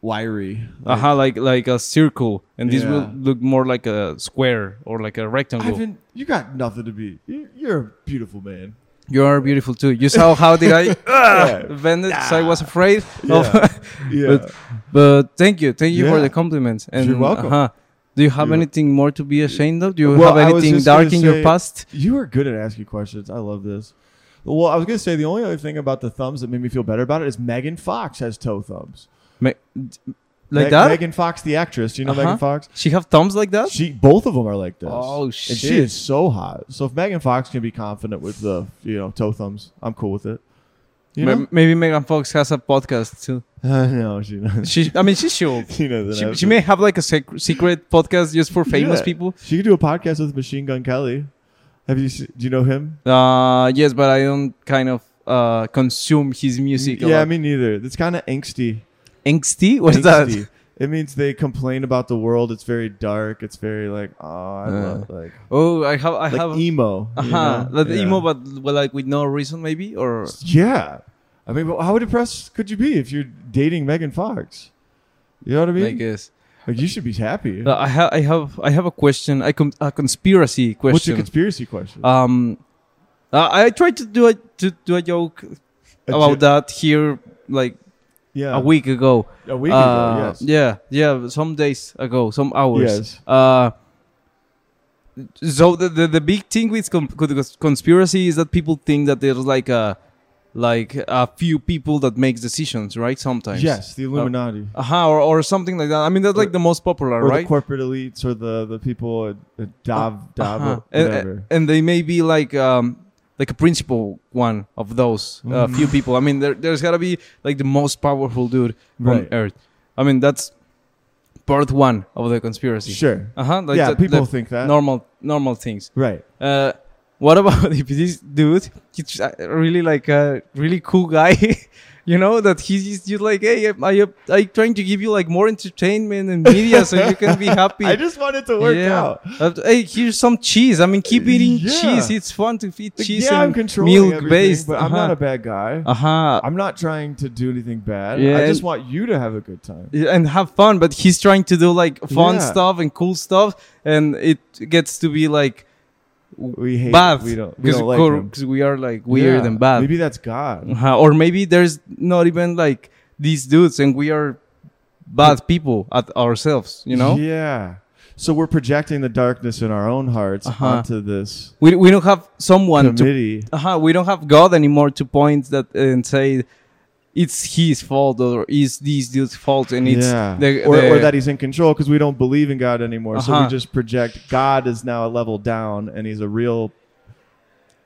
wiry. Like,
Aha, like like a circle, and this will
Yeah.
look more like a square or like a rectangle.
Ivan, you got nothing to be. you- You're a beautiful
*laughs*
man.
you are beautiful too. You saw how did
*laughs*
I
Yeah.
bend it? 'Cause I was afraid. Of,
Yeah. yeah.
But- *laughs* But thank you, thank you for
Yeah.
the compliments. And
You're welcome.
uh-huh. Do you have
You're-
anything more to be ashamed of? Do you
Well, I
have
was
anything
just gonna
dark in your
say-
past?
you are good at asking questions. I love this. Well, I was gonna say the only other thing about the thumbs that made me feel better about it is Megan Fox has toe thumbs.
Ma- like
Me-
that?
Megan Fox, the actress. Do you know
Uh-huh.
Megan Fox?
she have thumbs like that?
She both of them are like this.
Oh,
And
shit.
she is so hot. So if Megan Fox can be confident with the you know toe thumbs, I'm cool with it. You
Ma-
know?
Maybe Megan Fox has a podcast too.
*laughs* no, she doesn't.
She, I mean, she
*laughs*
should.
She doesn't.
She,
have
she
to.
may have like a sec- secret podcast just for famous
Yeah.
people.
She could do a podcast with Machine Gun Kelly. Have you? se- Do you know him?
Uh, yes, but I don't kind of uh, consume his music. a
Mm, yeah,
lot.
me neither. It's kind of angsty.
angsty. What's
angsty.
that?
It means they complain about the world. It's very dark. It's very like oh, I
Uh,
love, like
Oh, I have, I
like
have.
emo. you
uh-huh,
know?
like
yeah.
emo, but well, like with no reason, maybe or
Yeah, I mean, but how depressed could you be if you're dating Megan Fox? You know what I
I
mean? Like,
guess.
you should be happy.
Uh, I have I have I have a question. I com- a conspiracy question.
What's your conspiracy question?
um, I I tried to do a to do a joke
A
about
ju-
that here like
yeah,
oh, a week ago.
a week
Uh,
ago. Yes.
Yeah, yeah, some days ago, some hours.
Yes.
Uh, so the, the the big thing with com- with cons- conspiracy is that people think that there's like a like a few people that makes decisions, right? Sometimes.
Yes, the Illuminati.
Uh-huh, or, or something like that. I mean, that's like the most popular,
or
right? Uh,
the corporate elites or the, the people at, at Dav, Dav
Uh-huh. And-
whatever.
And, and they may be like um, like a principal one of those uh,
Mm.
few people. I mean, there, there's gotta be like the most powerful dude on
Right.
earth. I mean, that's part one of the conspiracy.
sure.
Uh huh. Like
yeah,
that-
people
that
think that.
normal normal things.
right.
Uh, what about *laughs* if this dude? He's uh, really like a really cool guy. *laughs* You know that he's just you're like, hey, I, I, I trying to give you like more entertainment and media so you can be
*laughs*
happy.
I just want it to *laughs* work out.
Uh, hey, here's some cheese. I mean, keep eating
Yeah.
cheese. It's fun to feed
Like,
cheese
yeah, I'm
and
controlling
milk
everything,
based.
but I'm not a bad guy.
uh-huh.
I'm not trying to do anything bad.
Yeah,
I
and-
just want you to have a good time.
Yeah, and have fun, but he's trying to do like fun
Yeah.
stuff and cool stuff, and it gets to be like
We hate.
bad.
We don't. We don't like
cor-
him.
'cause we are like weird
Yeah,
and bad.
Maybe that's God.
Uh-huh. Or maybe there's not even like these dudes, and we are bad people at ourselves. *laughs* You know,
Yeah. So we're projecting the darkness in our own hearts
Uh-huh.
onto this
we we don't have someone to
committee.
uh-huh, we don't have God anymore to point that and say it's his fault or it's these dude's fault and it's
yeah.
the,
or,
the-
or that he's in control because we don't believe in God anymore. So we
Uh-huh.
just project God is now a level down and he's a real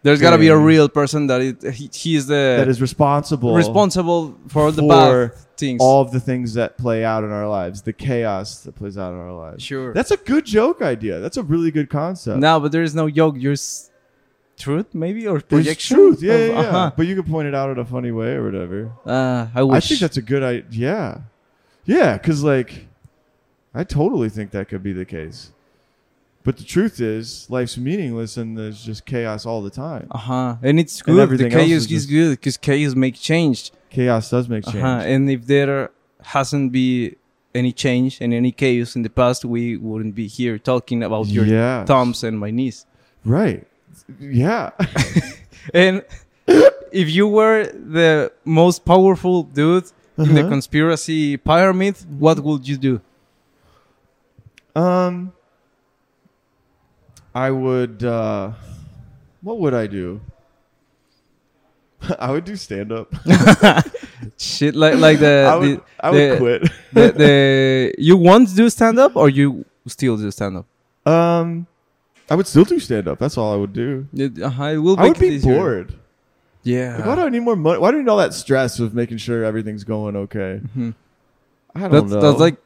there's got to be a
Yeah.
real person that it, he, he is the
that is responsible
responsible for the
for
bad things.
all of the things that play out in our lives, the chaos that plays out in our lives.
sure.
That's a good joke idea. That's a really good concept.
No, but there is no joke. There's truth, maybe, or
There's
projection.
truth. Yeah,
of-
yeah, yeah.
uh-huh.
But you could point it out in a funny way or whatever.
Uh, I
I
wish.
think that's a good idea. Yeah. Yeah, because like, I totally think that could be the case. But the truth is, life's meaningless and there's just chaos all the time.
uh huh. And it's
And
good. the
everything else
chaos
is
is
just-
good because chaos make change.
Chaos does make change.
Uh-huh. And if there hasn't be any change and any chaos in the past, we wouldn't be here talking about your
yeah.
thumbs and my knees.
Right. Yeah. *laughs*
And *coughs* if you were the most powerful dude in the
Uh-huh.
conspiracy pyramid, what would you do?
Um, I would. Uh, what would I do? *laughs* I would do stand up.
Shit, like like the
*laughs* I would.
the-
I would
the-
quit. *laughs*
the, the you once do stand up or you still do stand up?
Um, I would still do stand up. That's all I would do.
I will.
I would
make it
Uh-huh, be
easier.
bored.
Yeah.
Like, why do I need more money? Why do I need all that stress of making sure everything's going okay?
Mhm.
I don't
That's
know.
that's
*laughs*
like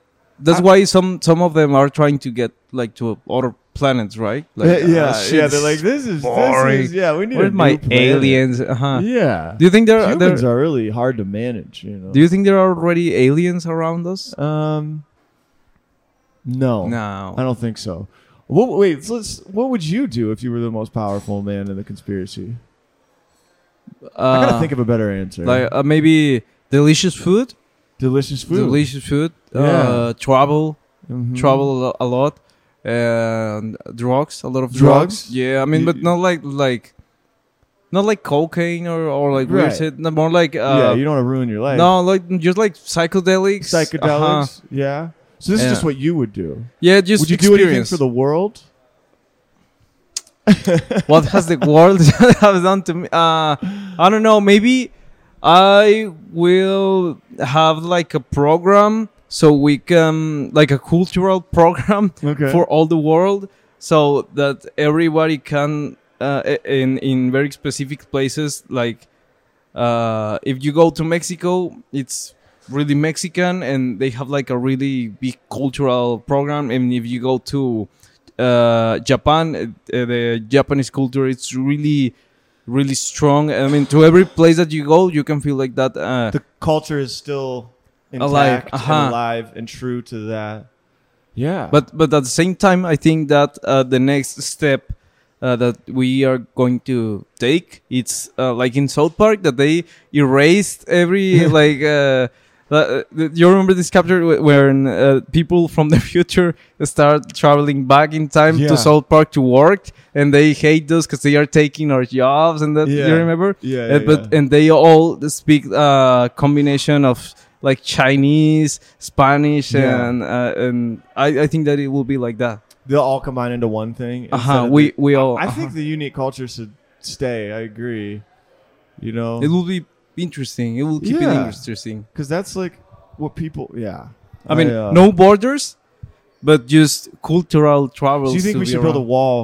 that's
I-
why some some of them are trying to get like to other planets, right? Like
yeah, yeah,
ah, shit,
yeah. They're like, this is
boring.
This is, yeah, we need a
where's
new
my
planet."
aliens? Uh-huh.
Yeah,
Do you think there are,
humans
there
are really hard to manage. You know.
do you think there are already aliens around us?
Um, no,
No.
I don't think so. What, wait, so let's. What would you do if you were the most powerful man in the conspiracy? I gotta
Uh,
think of a better answer.
like uh, maybe delicious food,
delicious food,
delicious food,
Yeah.
uh, travel,
Mhm.
travel a lo- a lot and drugs a lot of
Drugs?
drugs, yeah i mean
You-
but not like like not like cocaine or or like
Right.
weird shit no, more like
yeah,
uh
you don't want to ruin your life.
no like just like psychedelics uh-huh.
psychedelics. Yeah. So this is just
Yeah.
what you would do.
yeah just
would you do anything
experience
for the world?
what has the world *laughs* have done to me uh i don't know maybe i will have like a program so we can like a cultural *laughs* program
Okay.
for all the world so that everybody can uh, i- in in very specific places like uh, if you go to Mexico it's really Mexican and they have like a really big cultural program and if you go to uh, Japan uh, the Japanese culture it's really really strong I mean to every place that you go you can feel like that uh,
the culture is still intact
Alive,
and
uh-huh.
alive and true to that. Yeah.
But but at the same time, I think that uh, the next step uh, that we are going to take it's uh, like in South Park that they erased
*laughs*
every like. Uh, uh, you remember this capture wh- when uh, people from the *laughs* future start traveling back in time
Yeah.
to South Park to work, and they hate us because they are taking our jobs, and that
Yeah.
you remember.
yeah,
Uh,
yeah,
but
yeah.
and they all speak uh, combination of like Chinese, Spanish,
Yeah.
and uh, and I, I think that it will be like that.
they'll all combine into one thing.
Uh
instead
huh.
of
We we all.
I
uh-huh.
think the unique culture should stay. I agree. You
it
know,
will be interesting. It will keep
Yeah.
it interesting.
because that's like what people. Yeah.
I mean,
uh,
no borders, but just cultural travel.
Do you think
to
we
be
should build a
around.
wall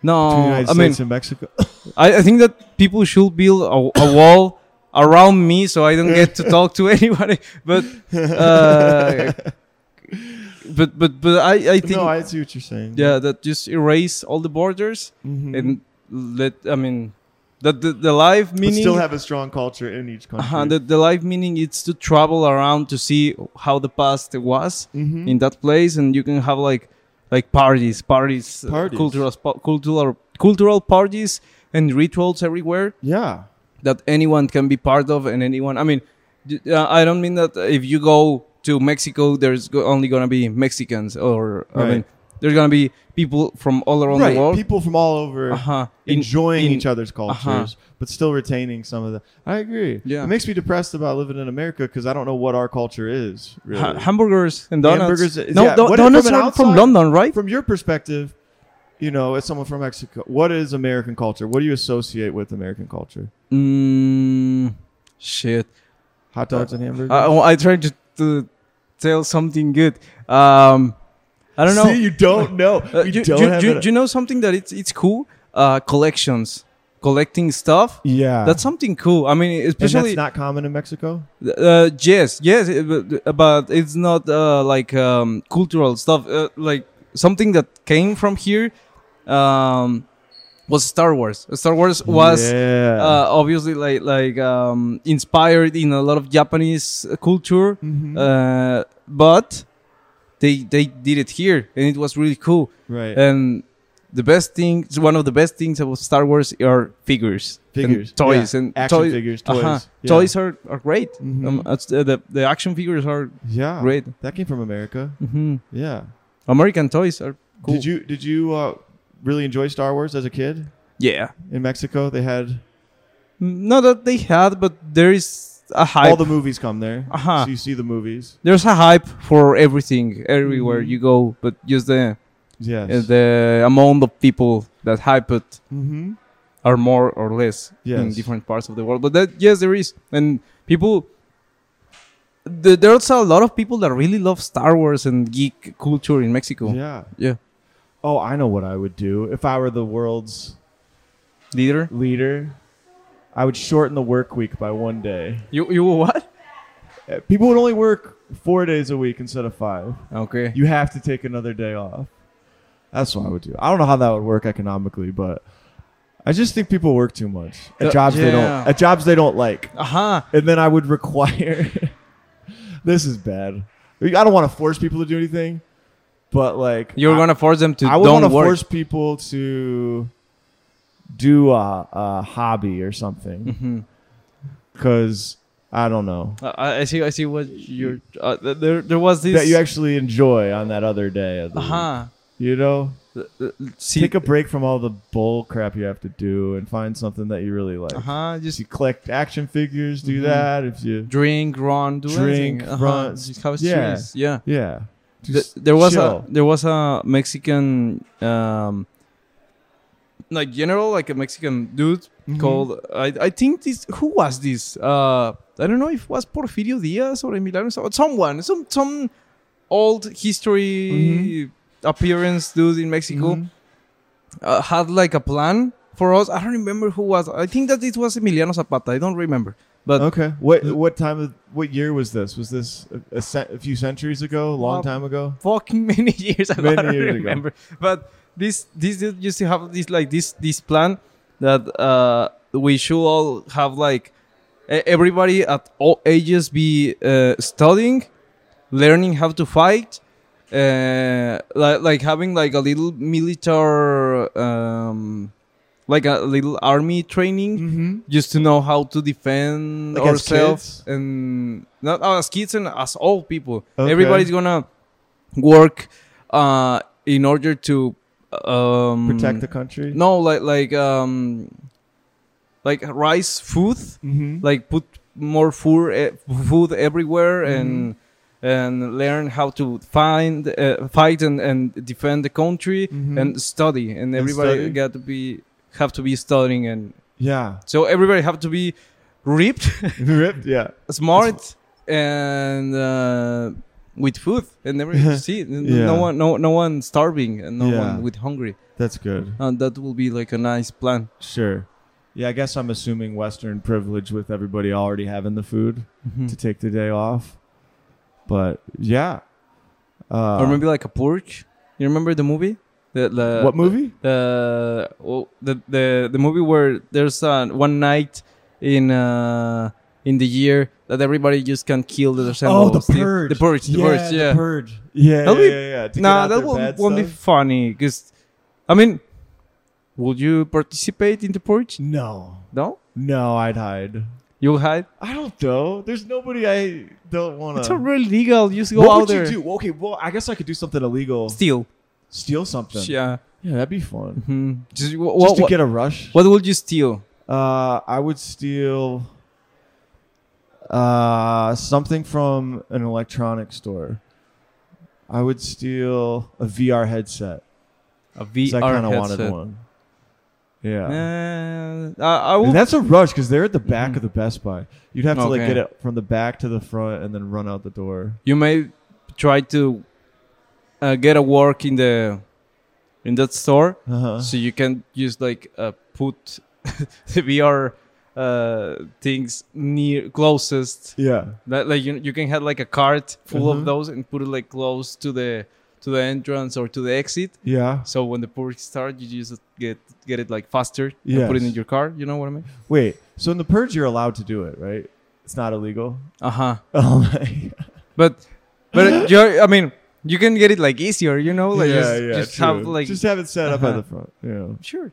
between the
No,
United
I mean,
States
*laughs*
and Mexico? *laughs*
I, I think that people should build a, a wall around me so I don't
*laughs*
get to talk to anybody. But uh, but but but I I think
no, I see what you're saying.
yeah that just erase all the borders
Mhm.
and let i mean that the, the life
but
meaning
still have a strong culture in each country.
uh-huh, the, the life meaning it's to travel around to see how the past was
Mhm.
in that place and you can have like like parties parties, uh,
Parties.
cultural spa- cultural cultural parties and rituals everywhere
yeah.
that anyone can be part of and anyone i mean d- uh, i don't mean that if you go to mexico there's go- only going to be mexicans or i
Right.
mean there's going to be people from all around
Right.
the world
People from all over
uh-huh In-
enjoying
in- Uh-huh.
each other's cultures, but still retaining some of the. I agree.
Yeah.
It makes me depressed about living in America because I don't know what our culture is. Really.
ha- hamburgers and donuts
Hamburgers is-
no
yeah,
do-
what- from
donuts
an
are from
outside-
london right
from your perspective, you know, as someone from Mexico, what is American culture? What do you associate with American culture?
mm, shit
Hot dogs and hamburgers.
I, I tried to, to tell something good. Um, I don't know.
See, you don't know.
Uh,
We
do,
don't
do-
have
do-
it.
do you know something that it's it's cool? Uh, collections, collecting stuff.
yeah.
That's something cool. I mean,
and
especially
that's not common in Mexico.
uh, yes, yes, it- but- but it's not uh, like um, cultural stuff. Uh, like something that came from here um, was Star Wars. Star Wars was
yeah.
uh, obviously like like um, inspired in a lot of Japanese uh, culture,
Mhm.
uh, but they they did it here, and it was really cool.
right.
And the best thing, one of the best things about Star Wars are figures, and
figures,
toys,
yeah.
and
action
toy-
figures, toys.
uh-huh.
Yeah.
Toys are, are great.
Mhm.
Um, that's- uh, the, the action figures are
yeah.
great.
That came from America.
Mhm.
Yeah.
American toys are cool.
Did you did you uh, really enjoy Star Wars as a kid
yeah.
in Mexico? They had
Mm, Not that they had, but there is a
all
hype.
the movies come there.
Uh-huh.
So you see the movies.
There's a hype for everything everywhere
Mhm.
you go, but just the
Yes.
uh, the amount of people that hype it
mm-hmm.
are more or less in
Yes.
different parts of the world. But that yes, there is, and people. The, there are also a lot of people that really love Star Wars and geek culture in Mexico.
Yeah.
Yeah.
Oh, I know what I would do if I were the world's
Leader,
leader. I would shorten the work week by one day.
you you were what?
Uh, People would only work four days a week instead of five.
Okay.
You have to take another day off. That's what I would do. I don't know how that would work economically, but I just think people work too much at
Uh,
jobs they
yeah.
don't at jobs they don't like.
Aha.
and then I would require. *laughs* this is bad. I don't want to force people to do anything, but like
You're
I,
gonna force them to
Ah, I would
don't
want to
work.
force people to do a, a hobby or something
Mhm.
because I don't know
I, I see. I see what you're. Uh, th- there, there was this.
that you actually enjoy on that other day. Of the week,
uh-huh.
You know,
Uh, uh, See.
take a break from all the bull crap you have to do and find something that you really like.
uh-huh.
If
Just
you collect action figures, do
Mhm.
that. If you
drink, run, do
Drink,
anything.
run,
Just have
yeah.
serious. Yeah.
yeah,
Th-
Just
there was a
chill.
there was a Mexican um like general like a Mexican dude
Mhm.
called I, I think this who was this uh I don't know if it was Porfirio Diaz or Emiliano Zapata- someone some some old history
Mm-hmm.
appearance dude in Mexico
Mhm.
uh, had like a plan for us I don't remember who was I think that it was Emiliano Zapata I don't remember but
Okay. What what time of what year was this? Was this a, a, cen- a few centuries ago? A long
Uh,
time ago?
fucking *laughs* many years ago. I
Many
don't
years ago.
remember. But this this dude used to have this like this this plan that uh, we should all have like e- everybody at all ages be uh, studying, learning how to fight, uh, like like having like a little military um, like a little army training
Mm-hmm.
just to know how to defend
Like as
ourselves
kids?
and not oh, as kids and as all people.
Okay.
Everybody's gonna work uh, in order to um,
Protect the country.
no like like um, like rice food
Mm-hmm.
like put more food eh, food everywhere
Mm-hmm.
and and learn how to find uh, fight and, and defend the country
Mhm.
and study and everybody
study.
got to be have to be studying and
yeah. *laughs*
so everybody have to be ripped,
Ripped. Yeah.
smart, and uh, with food, and
*laughs*
never see n- no
Yeah.
one, no no one starving, and no
Yeah.
one with hungry.
That's good.
And that will be like a nice plan.
Sure. Yeah, I guess I'm assuming Western privilege with everybody already having the food to take the day off. But yeah. Uh,
or maybe like a purge. You remember the movie? The, the,
what movie?
The, well, the the the movie where there's uh, one night in uh, in the year that everybody just can kill the
Oh, the
resemblance.
purge.
The purge. The purge. Yeah.
The purge. Yeah.
That'll
yeah,
be-
yeah, yeah. To get
Nah, that
out their
won't,
bad
won't be
stuff?
funny. Because, I mean, would you participate in the purge?
no.
No,
No, I'd hide.
you'll hide.
I don't know. There's nobody I don't want to.
It's already legal. You just go
what
out
would
there.
you do? Okay, well, I guess I could do something illegal.
Steal.
steal something.
Yeah.
Yeah, that'd be fun.
Mhm. Just, wha-
Just
wha-
to
wha-
get a rush.
what would you steal?
Uh, I would steal uh, something from an electronic store. I would steal a VR headset.
A
'cause
VR
I kind of
headset.
wanted one. Yeah.
Uh, I, I will
And that's a rush because they're at the back
Mhm.
of the Best Buy. You'd have to like
Okay.
get it from the back to the front and then run out the
*laughs*
door.
you may try to uh, get a work in the in that store
Uh-huh.
so you can just like uh, put *laughs* the vr uh, things near closest
Yeah.
that, like you, you can have like a cart full
Mhm.
of those and put it like close to the to the entrance or to the exit
Yeah.
so when the purge starts you just get get it like faster and put it
Yes.
in your car you know what i mean
Wait. So in the purge, you're allowed to do it, right? It's not illegal. *laughs*
uh-huh
Oh my.
but but *laughs* you're i mean you can get it like easier you know like just, just have
true.
like
just have it set up at
Uh-huh.
the front. Yeah.
Sure.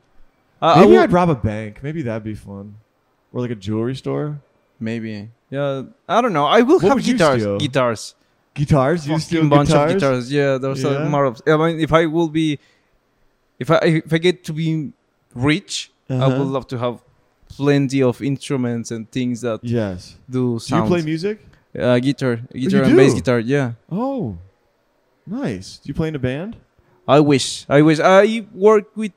Uh,
Maybe
I
I'd
would,
rob a bank. Maybe that'd be fun, or like a jewelry store.
maybe. Yeah, I don't know. I will
What
have
would you
guitars.
steal?
Guitars.
Guitars. You steal
Fucking bunch
guitars?
of guitars. Yeah, there's
Yeah.
a more of. I mean, if I will be, if I if I get to be rich, I
Uh-huh.
would love to have plenty of instruments and things that
Yes.
do
Do you
sound.
play music?
uh, guitar, guitar
you
and bass
do?
guitar. Yeah.
Oh, nice. Do you play in a band?
I wish. I wish. I work with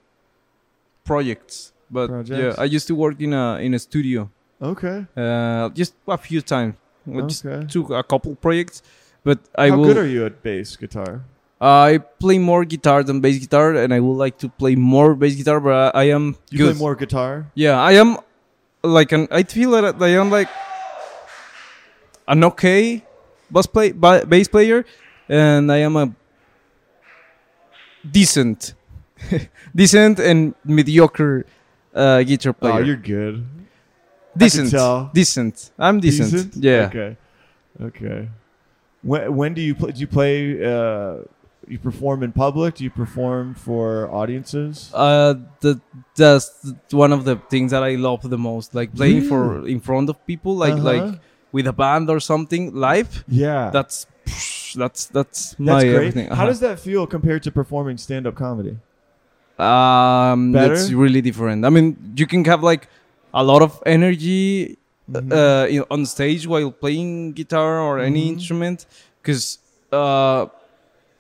projects, but
Projects?
yeah, I used to work in a in a studio.
Okay.
Uh, just a few times. Just
okay.
took a couple projects, but I
How
will.
good are you at bass guitar?
I play more guitar than bass guitar, and I would like to play more bass guitar, but I, I am
You
good.
play more guitar.
Yeah, I am like an. I feel that I am like an okay bass play ba- bass player, and I am a decent, *laughs* decent and mediocre uh, guitar
Oh,
player.
you're good.
decent,
tell.
decent. I'm decent. Yeah.
Okay. Okay. When when do you play? Do you play? Uh, you perform in public? Do you perform for audiences?
Uh, the, that's one of the things that I love the most, like playing for in front of people, like
Uh-huh.
like with a band or something live.
Yeah.
That's that's that's my
That's great.
everything.
How
Uh-huh.
does that feel compared to performing stand-up comedy?
um
Better?
that's really different. I mean, you can have like a lot of energy
Mm-hmm.
uh, in- on stage while playing guitar or any instrument, because uh,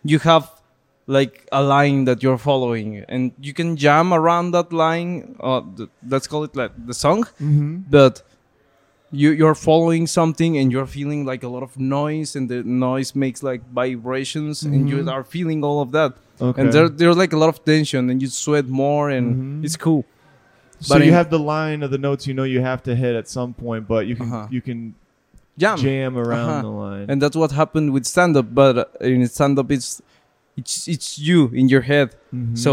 you have like a line that you're following, and you can jam around that line. Uh, th- let's call it like the song.
Mm-hmm.
but you you're following something and you're feeling like a lot of noise and the noise makes like vibrations and you are feeling all of that
Okay.
and there, there's like a lot of tension and you sweat more and
Mhm.
it's cool
so
but
you
in-
have the line of the notes you know you have to hit at some point, but you can
Uh-huh.
you can
jam
jam around
Uh-huh.
the line.
and that's what happened with stand up but uh, in stand up it's it's it's you in your head so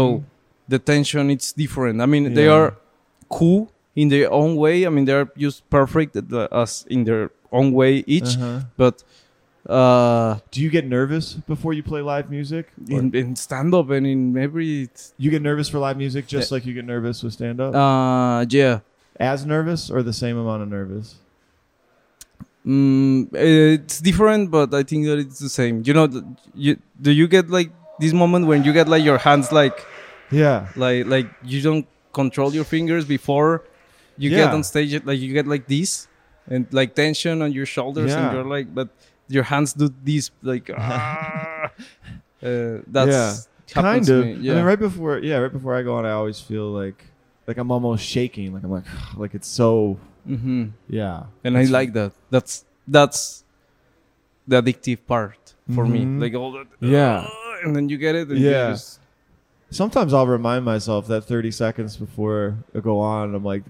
the tension it's different i mean they
Mm-hmm. Yeah.
are cool in their own way i mean they're just perfect at the, us in their own way each
Uh-huh.
but uh
Do you get nervous before you play live music? Or
in, in stand up and in every
you get nervous for live music just like you get nervous with stand up?
uh yeah
As nervous or the same amount of nervous?
mm, it's different but i think that it's the same you know th- you, do you get like this moment when you get like your hands like
Yeah.
like like you don't control your fingers before you get
Yeah.
on stage like you get like this and like tension on your shoulders
Yeah.
and you're like but your hands do this like
*laughs*
ah. uh, that's happens
Kind
to
of.
me,
I
yeah.
mean, right before, yeah, right before I go on, I always feel like, like I'm almost shaking. Like *sighs* I'm like, like it's so,
hmm
yeah.
and I like that. That's that's the addictive part for
Mhm.
me. Like all that,
Yeah.
and then you get it. And
Yeah.
yeah, just,
Sometimes I'll remind myself that 30 seconds before I go on, I'm like,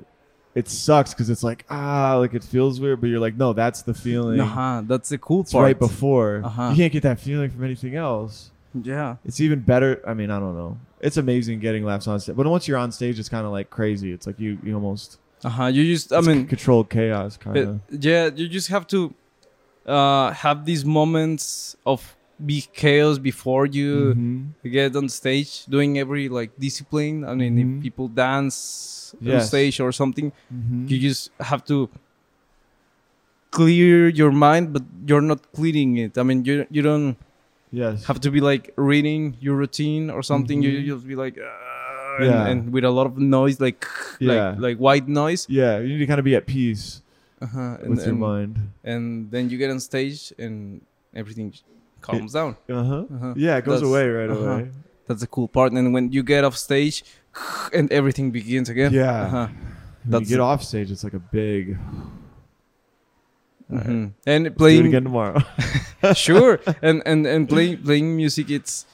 it sucks because it's like, ah, like it feels weird, but you're like, no, that's the feeling.
uh-huh, that's the cool
It's
part.
right before.
Uh-huh.
You can't get that feeling from anything else.
Yeah,
It's even better. I mean, I don't know. It's amazing getting laughs on stage, but once you're on stage, it's kind of like crazy. It's like you, you almost.
uh huh. You just, I
it's
mean,
controlled chaos, kind
it- uh,
of.
yeah, you just have to uh, have these moments of big chaos before you
Mm-hmm.
get on stage, doing every like discipline. I mean,
Mhm.
if people dance on
Yes. Mm-hmm.
stage or something, you just have to clear your mind but you're not clearing it i mean you you don't
Yes.
have to be like reading your routine or something. You
Mhm.
You just be like, "Ah," and,
Yeah.
and with a lot of noise, like
Yeah.
like like white noise.
yeah, you need to kind of be at peace
Uh-huh. And,
with your
and,
mind.
and then you get on stage and everything calms down.
Uh huh.
Uh-huh.
Yeah, it
That's-
goes away right
uh-huh.
away.
That's the cool part. And when you get off stage, *laughs* and everything begins again.
Yeah.
Uh-huh.
When you
That's-
get off stage, it's like a big. *sighs* Alright.
Mhm. And
Do it
playing
again *laughs* tomorrow.
sure and and and playing playing music it's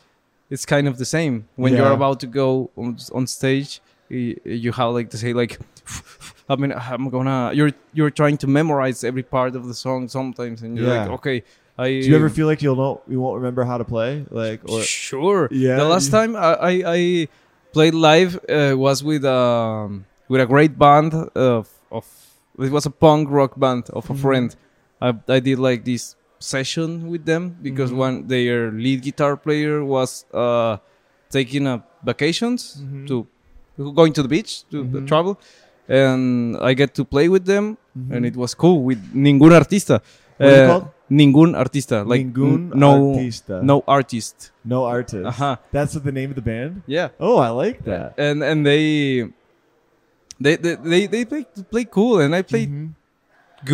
it's kind of the same when you're
Yeah.
about to go on, on stage y- you have like to say like *laughs* i mean i'm gonna you're you're trying to memorize every part of the song sometimes and you're like
Yeah.
okay i
Do you ever feel like you'll not, you won't remember how to play? Like, or
sure
Yeah,
the last
you-
time i i, I played live uh, was with um with a great band of of it was a punk rock band of a
Mhm.
friend i i did like this session with them because
Mhm.
one their lead guitar player was uh taking a vacations
Mhm.
to going to the beach to
Mhm.
travel and i get to play with them and
Mhm.
it was cool with ningún artista Uh,
What is it called?
ningún artista like n-
Ningun
no
artista.
no artist
no artist.
uh-huh
That's the name of the band.
yeah
Oh, I like that.
and and they they they they, they play, play cool and i played
Mhm.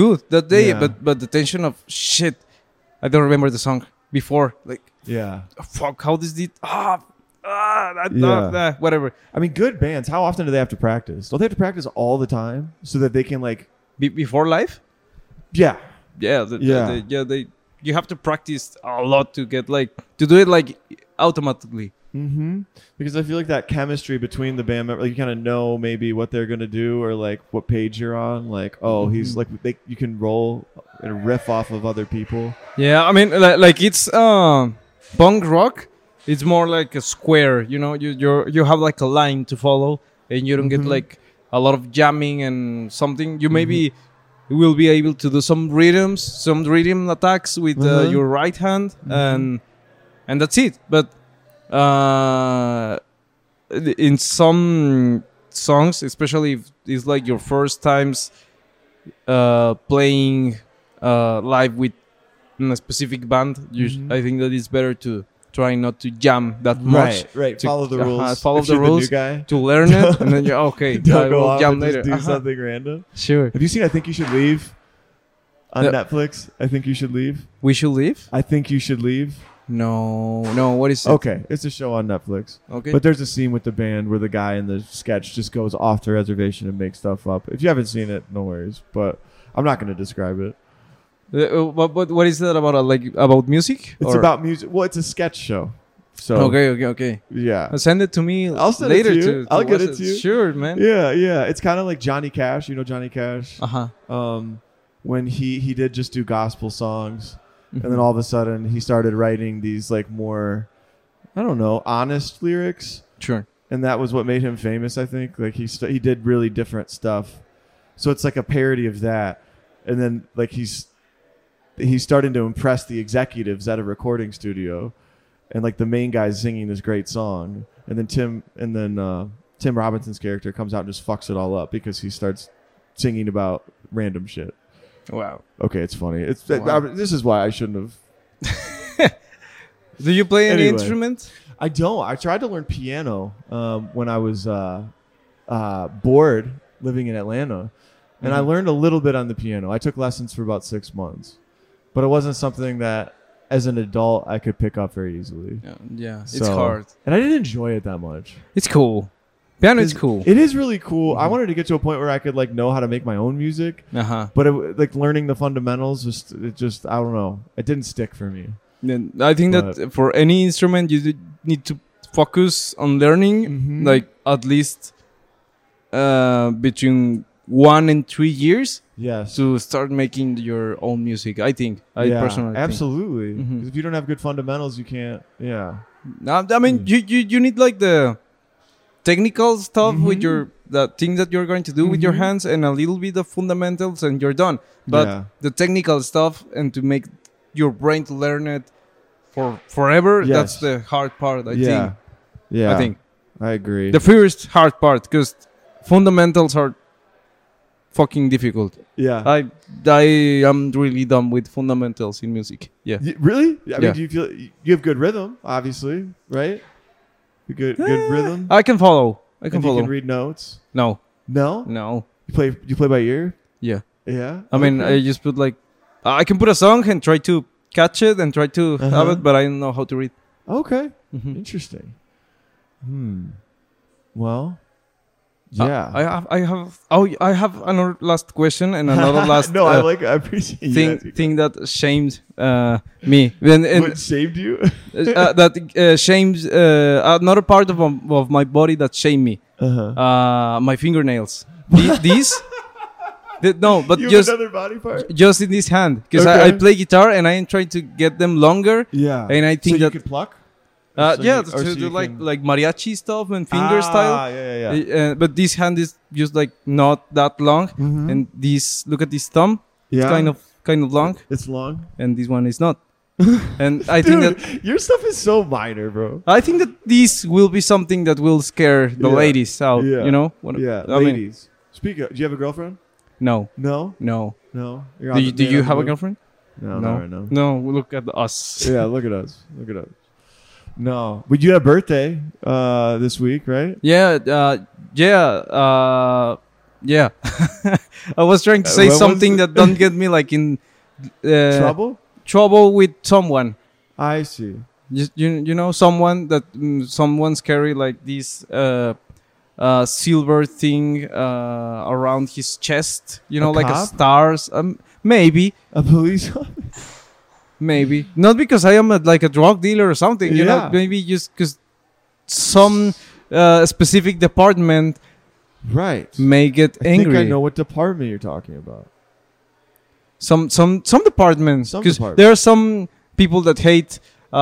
good that day
Yeah.
but but the tension of shit i don't remember the song before like
Yeah,
fuck how this did ah ah that,
Yeah.
that, whatever
I mean, good bands. How often do they have to practice? Don't they have to practice all the time so that they can like?
Be- before live
Yeah,
yeah the,
Yeah.
the- yeah they you have to practice a lot to get like to do it like automatically
Mm-hmm. Because I feel like that chemistry between the band member, like you kind of know maybe what they're gonna do or like what page you're on. Like, oh,
Mm-hmm.
he's like they, you can roll and riff off of other people.
yeah i mean like, like it's um punk rock it's more like a square you know you you're, you have like a line to follow and you don't
Mhm.
get like a lot of jamming and something you maybe will be able to do some rhythms some rhythm attacks with uh,
Uh-huh.
your right hand and and that's it but uh in some songs especially if it's like your first times uh playing uh live with a specific band you sh-
Mhm.
i think that it's better to try not to jam that much
Right, right.
to-
follow the
uh-huh,
rules.
follow
If
the
you're
rules.
The
*laughs*
new guy.
to learn it and then you're okay
*laughs* Don't
I
go
will
off
jam
and
later
just do
Uh-huh.
something random.
sure
Have you seen? I think you should leave on
Yeah.
Netflix. I think you should leave.
we should leave
I think you should leave.
no no what is it
Okay, it's a show on Netflix.
okay
But there's a scene with the band where the guy in the sketch just goes off the reservation and makes stuff up. If you haven't seen it, no worries. But I'm not going to describe it.
Uh, uh, but, but what is that about uh, like about music
It's
Or- Oh,
about music. Well, it's a sketch show. So
okay okay okay
yeah,
Uh, send it to me
I'll send it
later
to you. I'll get
watch
it to you.
sure man
yeah, yeah. It's kind of like Johnny Cash. You know Johnny Cash.
uh-huh
Um, when he he did just do gospel songs, and then all of a sudden he started writing these like more, I don't know, honest lyrics.
sure
and that was what made him famous. I think like he st- he did really different stuff, so it's like a parody of that, and then like he's he's starting to impress the executives at a recording studio, and like the main guy's singing this great song, and then Tim and then uh, Tim Robinson's character comes out and just fucks it all up because he starts singing about random shit.
wow
Okay, it's funny. It's
Wow.
this is why I shouldn't have.
do you play any
Anyway.
instrument
I don't. I tried to learn piano um, when I was uh, uh, bored living in Atlanta, and I
Mhm.
learned a little bit on the piano. I took lessons for about six months, but it wasn't something that, as an adult, I could pick up very easily.
yeah, yeah it's
So-
hard
And I didn't enjoy it that much.
it's cool piano is
It's-
cool
It is really cool. I
Mhm.
wanted to get to a point where I could like know how to make my own music,
uh-huh
but it, like learning the fundamentals, just it just I don't know. It didn't stick for me.
Then I think that for any instrument, you d- need to focus on learning,
Mhm.
like at least uh, between one and three years
yes.
to start making your own music. I think. I
yeah,
personally. think.
absolutely.
Mhm.
'Cause If you don't have good fundamentals, you can't. Yeah,
No, I mean,
Mm.
you, you you need like the technical stuff with
Mhm.
your the thing that you're going to do with your
Mhm.
hands and a little bit of fundamentals, and you're done. But
Yeah.
the technical stuff and to make your brain to learn it for forever. That's
Yes.
the hard part. I
yeah,
think.
yeah.
I think.
I agree.
the first hard part because fundamentals are fucking difficult.
yeah.
I I am really done with fundamentals in music. Yeah.
Y- really? I
Yeah.
mean, do you feel you have good rhythm? Obviously, right? You Good, good rhythm.
I can follow. I can
and
follow.
You can read notes.
no,
No,
no.
you play. You play by ear.
Yeah.
Yeah.
I mean, I
Okay.
just put like I can put a song and try to catch it and try to have
Uh-huh.
it, but I don't know how to read.
okay.
Mhm.
Interesting. Hmm. Well,
Uh,
yeah.
I have. I have. Oh, I have another last question and
*laughs*
another last
no, I
uh,
like. I appreciate you
thing.
asking.
Thing that shamed uh, me. And, and
what saved
*laughs*
you?
uh, that uh, shames uh, another part of, of my body that shamed me.
Uh-huh.
Uh, my fingernails.
*laughs*
The, these. The- no, but
you have
just
another body part.
just in this hand because I,
Okay.
I play guitar and I am trying to get them longer.
Yeah.
And I think
so you
that-
could pluck.
Uh,
So
yeah,
you- or
to
so
do
you
like
can-
like mariachi stuff and finger
Ah,
style.
Yeah, yeah, yeah.
Uh, but this hand is just like not that long,
Mhm.
and this look at this thumb,
yeah.
it's kind of kind of long,
It's long.
and this one is
*laughs*
not. and I think
Dude,
that
your stuff is so minor, bro.
I think that this will be something that will scare the
Yeah.
ladies out.
Yeah.
You know? What-
yeah,
I mean-
ladies. Speak up. Do you have a girlfriend?
no,
No,
no.
no. You're
Do
on
you,
the-
do
man
you
on the
have a
move?
girlfriend?
No,
No.
no, right now.
No. Look at us.
*laughs* yeah, look at us. Look at us. No, but you had a birthday uh, this week, right?
Yeah, uh, yeah, uh, yeah. *laughs* I was trying to
Uh,
say
what was
something
the-
that don't get me like
*laughs*
in uh,
Trouble.
trouble with someone.
I see.
You, you, you know someone that mm, someone's carry like this uh, uh, silver thing uh, around his chest. You know,
A
like a
cop?
stars. Um, maybe,
A police. *laughs* officer?
maybe not because I am a, like a drug dealer or something. You know,
Yeah.
maybe just because some uh, specific department
right.
may get
I
angry.
think I know what department you're talking about.
some some some departments
Some
because
departments.
there are some people that hate uh,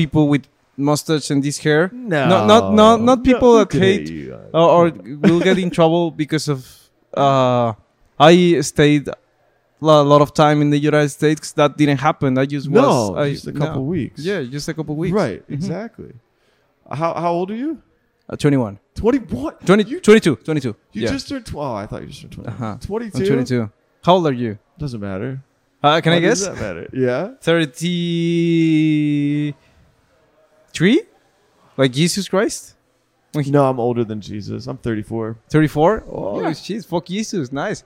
people with mustache and this hair
No,
not- not- not people
who
that
could
hate
you.
or, Oh, or will get in trouble because of uh, I stayed a lo- lot of time in the United States that didn't happen I just
no,
was I,
just a
no.
couple weeks.
yeah just a couple weeks
Right.
Mhm.
Exactly. How how old are you?
uh, 21
Twenty one.
20,
You,
22 22
you
yeah
just turned twelve. Oh, I thought you just turned 20
Uh-huh.
Twenty
I'm
two.
22 how old are you
Doesn't matter.
uh, can I
Why
guess
Does that matter? Yeah.
33 like jesus christ
No, I'm older than Jesus. I'm 34.
34 oh
Yeah.
jeez fuck jesus nice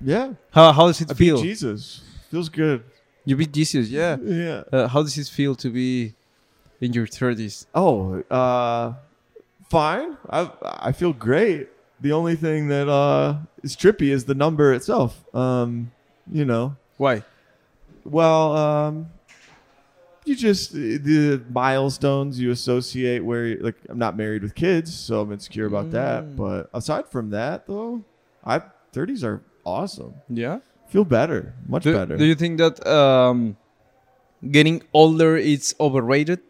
Yeah.
how, how does it
I beat
feel
Jesus. Feels good.
you beat jesus yeah
Yeah.
uh, how does it feel to be in your 30s
Oh, uh, fine. I I feel great. The only thing that uh is trippy is the number itself. Um, you know.
why
Well, um, you just eh, the milestones you associate where you- like I'm not married with kids, so I'm insecure about that.
Mm.
But aside from that, though, I 30s are awesome.
yeah
Feel better, much
do,
better.
do you think that um, getting older is overrated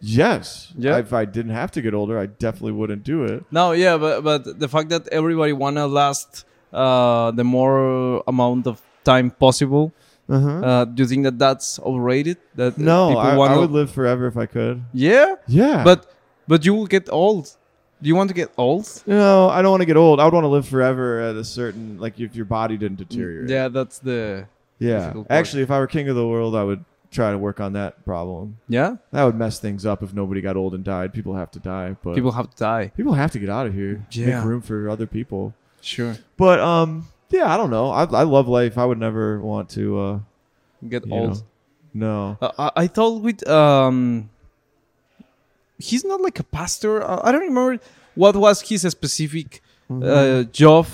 yes.
Yeah.
If I didn't have to get older, I definitely wouldn't do it.
no yeah but, but the fact that everybody wanna last uh, the more amount of time possible
Uh-huh.
Uh, do you think that that's overrated? That uh,
No,
people
I,
want
I
to-
would live forever if I could.
yeah,
Yeah.
but but you will get old. Do you want to get old?
no, I don't want to get old. I would want to live forever at a certain like if your body didn't deteriorate.
Yeah, that's the
Yeah.
difficult part.
Actually, if I were king of the world, I would try to work on that problem.
yeah.
That would mess things up if nobody got old and died. People have to die, but people,
People have to die.
have to get out of here.
Yeah.
Make room for other people.
Sure,
But um yeah, I don't know. I, I love life. I would never want to uh
get
you
old.
know.
Uh, I, I thought with um, he's not like a pastor. Uh, I don't remember what was his specific
No.
uh, job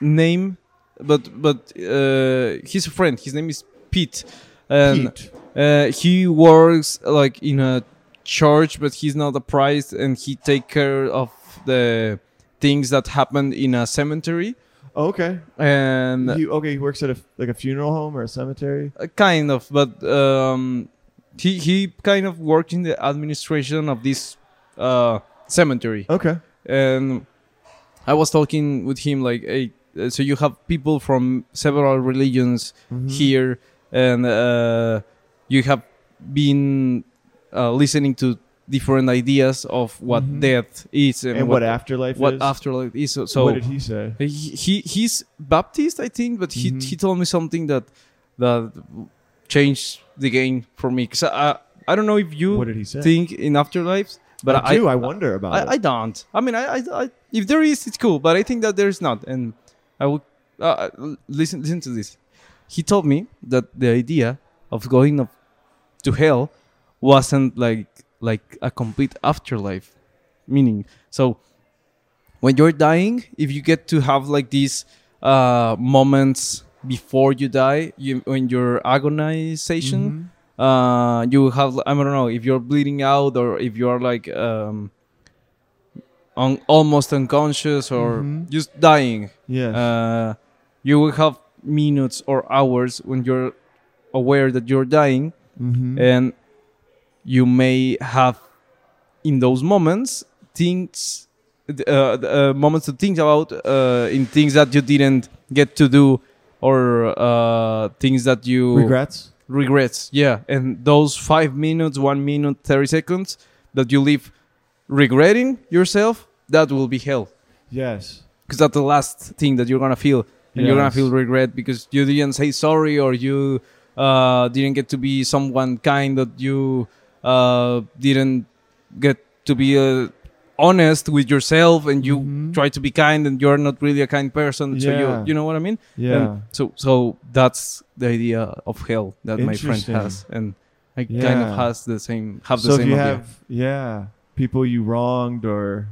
name, but but uh, he's a friend. His name is Pete, and
Pete.
Uh, he works like in a church, but he's not a priest, and he take care of the things that happened in a cemetery
Oh, okay.
and
He, okay, he works at a like a funeral home or a cemetery.
uh, kind of, but um, he he kind of worked in the administration of this uh, cemetery,
Okay.
and I was talking with him like, hey, uh, so you have people from several religions
Mhm.
here and uh, you have been uh, listening to different ideas of what
Mhm.
death is and,
and, what, afterlife
what
is.
afterlife is so, so
what did he say?
he, he he's baptist i think but he
Mhm.
he told me something that that changed the game for me because I, I don't know if you
What did he say?
think in afterlives but
I, do. I wonder about
I,
it.
I don't. I mean, I, I, I, if there is, it's cool. But I think that there is not. And I would uh, uh, listen. Listen to this. He told me that the idea of going up to hell wasn't like like a complete afterlife, meaning. So when you're dying, if you get to have like these uh, moments before you die, you when your
Mm-hmm.
agonization,
Mhm.
uh you have i don't know if you're bleeding out or if you're like um on almost unconscious or
Mhm.
just dying
Yeah.
uh you will have minutes or hours when you're aware that you're dying
Mm-hmm.
Mhm.
and you may have in those moments things uh, uh, moments to think about uh, in things that you didn't get to do or uh, things that you
Regrets.
regrets. Yeah, and those five minutes, one minute, thirty seconds that you live regretting yourself, that will be hell.
Yes.
Because that's the last thing that you're gonna feel, and you're gonna
Yes.
feel regret because you didn't say sorry or you uh, didn't get to be someone kind that you uh, didn't get to be uh, honest with yourself, and you
Mhm.
try to be kind, and you're not really a kind person. So
Mm-hmm. Yeah.
you, you know what I mean.
Yeah.
And so so that's the idea of hell that my friend
Interesting.
has, and I kind
Yeah.
of has the same have the
so if
same
you
idea.
have yeah people you wronged or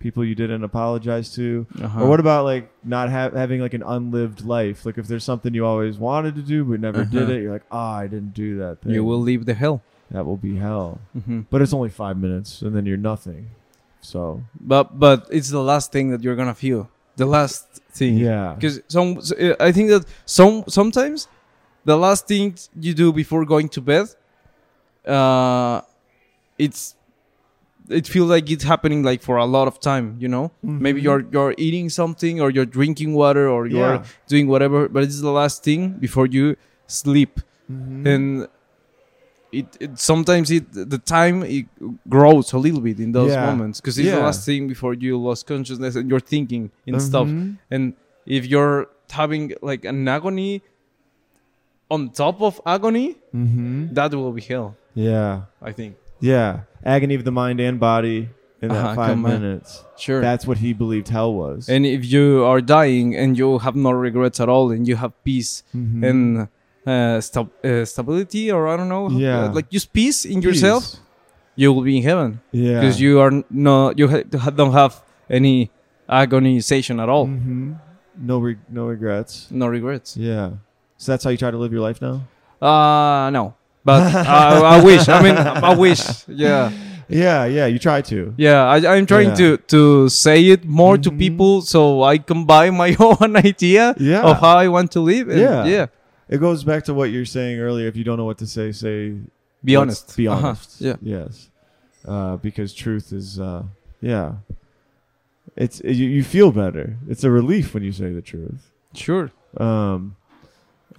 people you didn't apologize to
Uh-huh.
or what about like not ha- having like an unlived life like if there's something you always wanted to do but never did
Uh-huh.
it you're like ah i didn't do that thing.
you will leave the hell.
that will be hell
hmm
but it's only five minutes and then you're nothing so
But but it's the last thing that you're gonna feel. The last thing.
yeah
Because some s- uh, I think that some sometimes the last thing you do before going to bed, uh, it's it feels like it's happening like for a lot of time. You know,
Mm-hmm.
maybe
Mhm.
you're you're eating something or you're drinking water or you're
yeah
doing whatever, but it's the last thing before you sleep.
Mm-hmm.
Mhm.
And it, it sometimes it the time it grows a little bit in those
Yeah.
moments because it's the
Yeah.
last thing before you lost consciousness and you're thinking and stuff.
Mhm.
And if you're having like an agony on top of agony,
Mhm.
that will be hell,
Mm-hmm. yeah
I think.
yeah agony of the mind and body in that
Uh-huh,
five
come on.
minutes
Sure.
that's what he believed hell was
and if you are dying and you have no regrets at all and you have peace
Mm-hmm.
Mhm.
and uh, stab- uh, stability or I don't know,
Yeah.
uh, like just peace in yourself,
Jeez.
you will be in heaven
yeah
because you are no, you ha- ha- don't have any agonization at all,
Mhm. no re- no regrets
no regrets.
Yeah. So that's how you try to live your life now?
Uh no,
*laughs*
but I, I wish. I mean, I wish. Yeah,
Yeah, yeah, you try to.
yeah. I, I'm trying
Yeah. Mm-hmm.
to to say it more to
Mhm.
people so I combine my *laughs* own idea
Yeah.
of how I want to live. And
Yeah.
yeah,
it goes back to what you're saying earlier. If you don't know what to say, say
Be
let's
honest.
Be
Uh-huh.
honest.
Yeah.
Yes. Uh, because truth is uh, yeah. It's you, you feel better. It's a relief when you say the truth.
Sure.
Um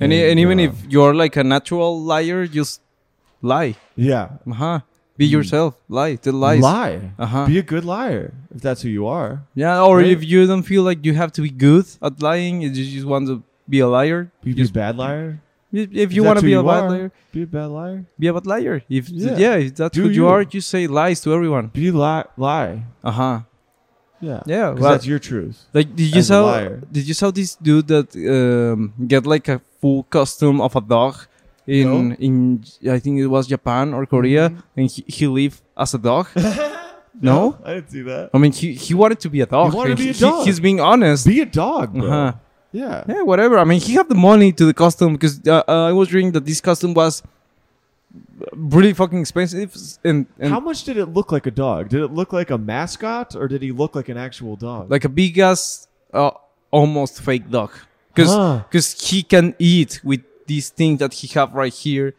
And, e- and even
uh,
if you're like a natural liar, just lie.
Yeah.
Uh huh. Be
Mm.
yourself. Lie. The lies.
Lie.
Uh huh.
Be a good liar if that's who you are.
Yeah. Or
Right?
if you don't feel like you have to be good at lying, you ju- just want to be a liar.
You be a
just,
bad liar.
if if
if
you
that's
want to
who
be a
you
bad
are.
liar,
Be a bad liar.
be a bad liar. If
Yeah.
yeah, if that's
Do
who you,
you.
are, you say lies to everyone.
Be lie lie.
Uh huh.
Yeah.
Yeah.
Uh-huh. 'Cause
Well,
that's your truth.
like did you
As a
saw?
liar.
Did you saw this dude that um, get like a full costume of a dog in
No. Mm-hmm.
in I think it was Japan or Korea, and he, he lived as a
*laughs*
dog. no,
I didn't see that.
I mean he, he wanted to be a dog. and
wanted to be a
he-
dog.
He, he's being honest.
Be a dog, bro.
Uh-huh.
Yeah.
Yeah, whatever. I mean, he had the money to the costume because uh, uh, I was reading that this costume was really fucking expensive. And, and
How much did it look like a dog? Did it look like a mascot, or did he look like an actual dog?
like a big ass, uh, almost fake dog. Because
Huh.
he can eat with these things that he have right here.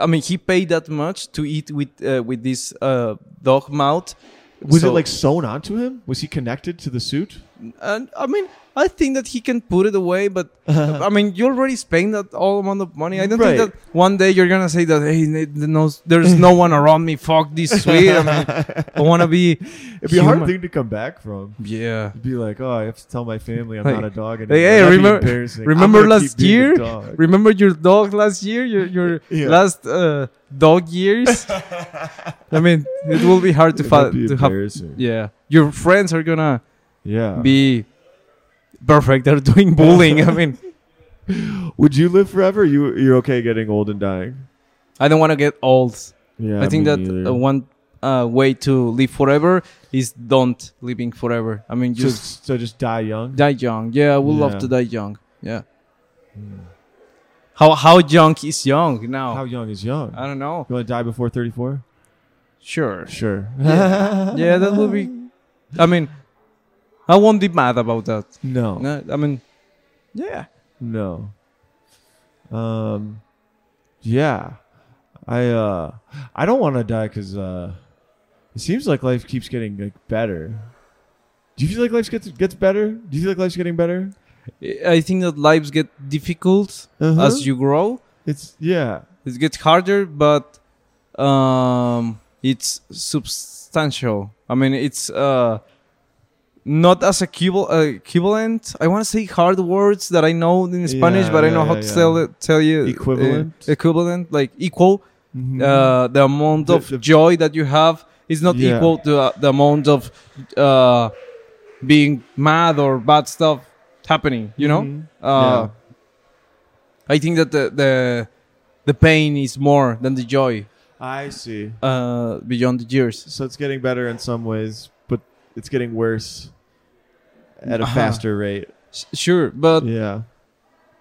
I mean, he paid that much to eat with uh, with this uh, dog mouth.
was
So,
it like sewn onto him? Was he connected to the suit?
And, I mean, I think that he can put it away, but I mean, you already spent that all amount of money. I don't
Uh-huh. Right.
think that one day you're gonna say that hey, n- n- no, there's
*laughs*
no one around me. Fuck this sweet. I mean, I wanna be.
It'd be a hard
human.
thing to come back from.
Yeah.
It'd be like, oh, I have to tell my family I'm
Like-
not a dog anymore.
Like, hey,
That'd be
remember-
embarrassing. I'm
remember
gonna
last
keep being a
year?
dog.
Remember your dog last year? Your your
*laughs* Yeah.
last uh, dog
*laughs*
years? I mean, it will be hard to fa-
That'd be
to have.
embarrassing. Uh.
Yeah, your friends are gonna
Yeah.
be perfect. They're
*laughs*
doing bullying. I mean,
Would you live forever? You you're okay getting old and dying?
I don't want to get old.
Yeah.
I think
me
that
neither.
uh, one uh, way to live forever is don't living forever. I mean, just
Just so just die young.
die young. Yeah, I would
Yeah.
love to die young. Yeah. How how young is young now?
How young is young?
I don't know.
You want to die before 34?
Sure.
Sure.
Yeah, that would be. I mean, I won't be mad about that.
*laughs* no.
No, I mean, yeah.
No. Um yeah. I uh I don't want to die cuz uh it seems like life keeps getting like better. Do you feel like life gets gets better? Do you feel like life's getting better?
I think that lives get difficult
Uh-huh.
as you grow.
It's yeah.
It gets harder, but um, it's substantial. I mean, it's uh, not as equival- uh, equivalent. I want to say hard words that I know in Spanish,
Yeah,
but I know
yeah,
how
yeah,
to
yeah.
tell it, tell you uh,
Equivalent?
equivalent, like equal.
Mhm.
uh, the amount
The-
of
the-
joy that you have is not
Yeah.
equal to uh, the amount of uh, being mad or bad stuff happening. You know,
Mhm.
uh, I think that the, the the pain is more than the joy
I see.
uh, beyond the years.
So it's getting better in some ways, but it's getting worse at a
Uh-huh.
faster rate.
S- sure, but
Yeah.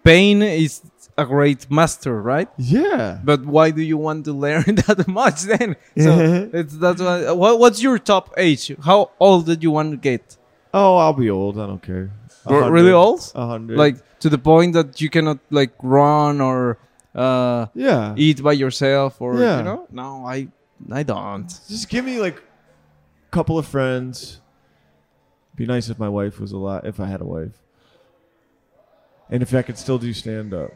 pain is a great master, right?
Yeah.
But why do you want to *laughs* learn that much then?
*laughs*
So it's that's why. What, what's your top age? How old did you want to get?
Oh, I'll be old. I don't care. A
R- really old?
hundred. A hundred.
like to the point that you cannot like run or uh
yeah.
eat by yourself or
Yeah.
you know no i i don't
Just give me like a couple of friends. Be nice if my wife was alive. If I had a wife, and if I could still do stand up,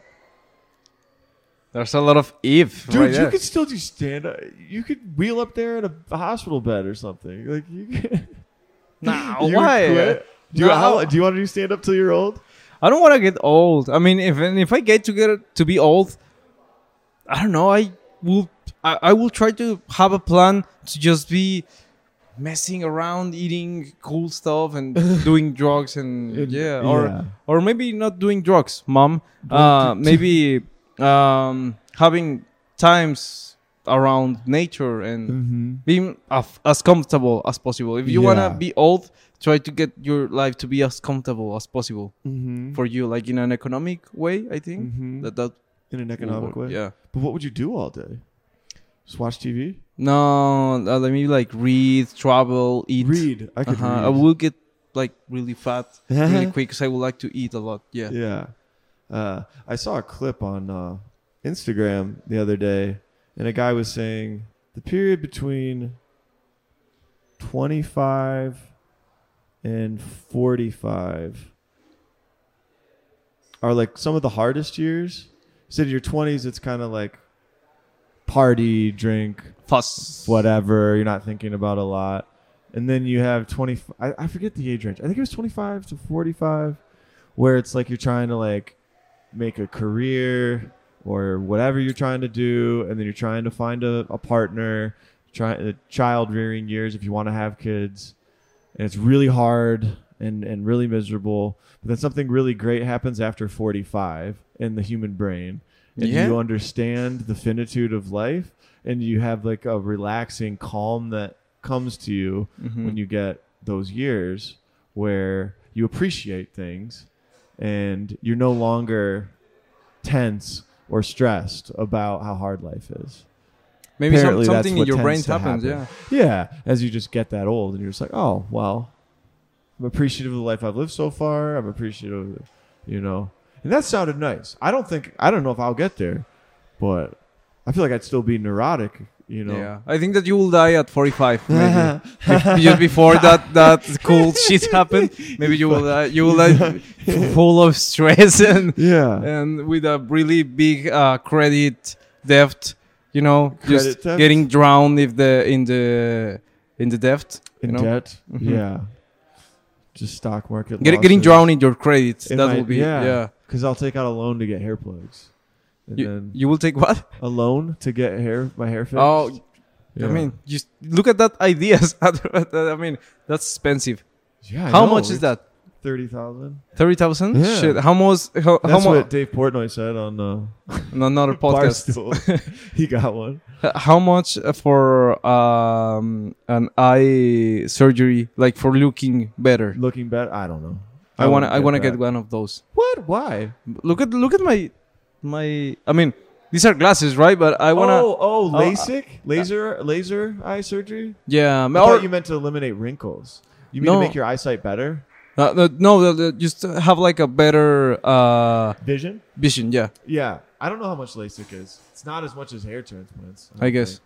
there's a lot of if
dude,
right
you
there.
could still do stand up. You could wheel up there in a hospital bed or something. Like you. Could, *laughs*
no
you would
why
quit. Do you,
No.
how, do you want to do stand up till you're old?
i don't want to get old i mean if and if i get to get to be old i don't know i will I, I will try to have a plan to just be messing around eating cool stuff
*laughs*
and doing drugs and
And-
yeah or
yeah.
or maybe not doing drugs, mom. Uh, maybe um, having times around nature and
Mm-hmm.
being af- as comfortable as possible. If you
Yeah.
wanna be old, try to get your life to be as comfortable as possible
Mm-hmm.
for you, like in an economic way. I think that that
in an
will
Mm-hmm. economic
work,
way.
Yeah.
But what would you do all day? Just watch TV.
No, uh, let me like read, travel, eat.
Read. I could
Uh-huh.
read.
I will get like really fat
*laughs*
really quick because I would like to eat a lot. Yeah.
Yeah. Uh, I saw a clip on uh, Instagram the other day, and a guy was saying the period between 25 and 45 are like some of the hardest years. He said your 20s, it's kind of like party, drink,
Fast.
whatever. You're not thinking about a lot. And then you have 20, I, I forget the age range. I think it was 25 to 45, where it's like you're trying to like make a career or whatever you're trying to do. And then you're trying to find a, a partner, try, uh, child rearing years if you want to have kids. And it's really hard and, and really miserable. But then something really great happens after 45 in the human brain. And
Yeah.
you understand the finitude of life and you have like a relaxing calm that comes to you
Mhm.
when you get those years where you appreciate things and you're no longer tense or stressed about how hard life is.
Maybe some,
Apparently that's
something in
what
your brain
tends to
happens.
happen.
Yeah.
Yeah, as you just get that old and you're just like, "Oh, well, I'm appreciative of the life I've lived so far. I'm appreciative, of, you know." And that sounded nice. I don't think I don't know if I'll get there, but I feel like I'd still be neurotic, you know.
Yeah, I think that you will die at
*laughs*
45. Maybe Be- just before that that cool shit happened, maybe you will die, you will
*laughs*
die full of stress and
Yeah.
and with a really big uh, credit debt. You know,
Credit
just
debt?
getting drowned if the in the in the debt.
In
you know,
debt?
Mhm.
Yeah. Just stock market.
Get, getting drowned in your credits.
Oh, In
that
my-
will be
yeah.
yeah.
Because I'll take out a loan to get hair plugs. And
You,
then
you will take what?
a loan to get hair my hair fixed.
Oh,
Yeah.
I mean, just *laughs* look at that ideas. I mean, that's expensive.
yeah, I
How
know.
much is that?
Thirty thousand.
Thirty thousand?
Yeah.
Shit. How much? How, how
That's what
much?
Dave Portnoy said on uh,
On
*laughs*
another podcast.
Barstool. *laughs* he got one.
H- How much for um an eye surgery, like for looking better?
Looking better. I don't know.
I want. to I
wouldn't
want to get
that.
one of those.
What? Why?
Look at look at my my. I mean, these are glasses, right? But I wanna. uh,
oh, oh,
I-
LASIK, laser, laser eye surgery.
Yeah.
I
or-
thought you meant to eliminate wrinkles. You mean
No.
to make your eyesight better?
Uh, no, no, no, just have like a better uh,
Vision?
vision. Yeah,
Yeah. I don't know how much LASIK is. It's not as much as hair transplants.
I guess.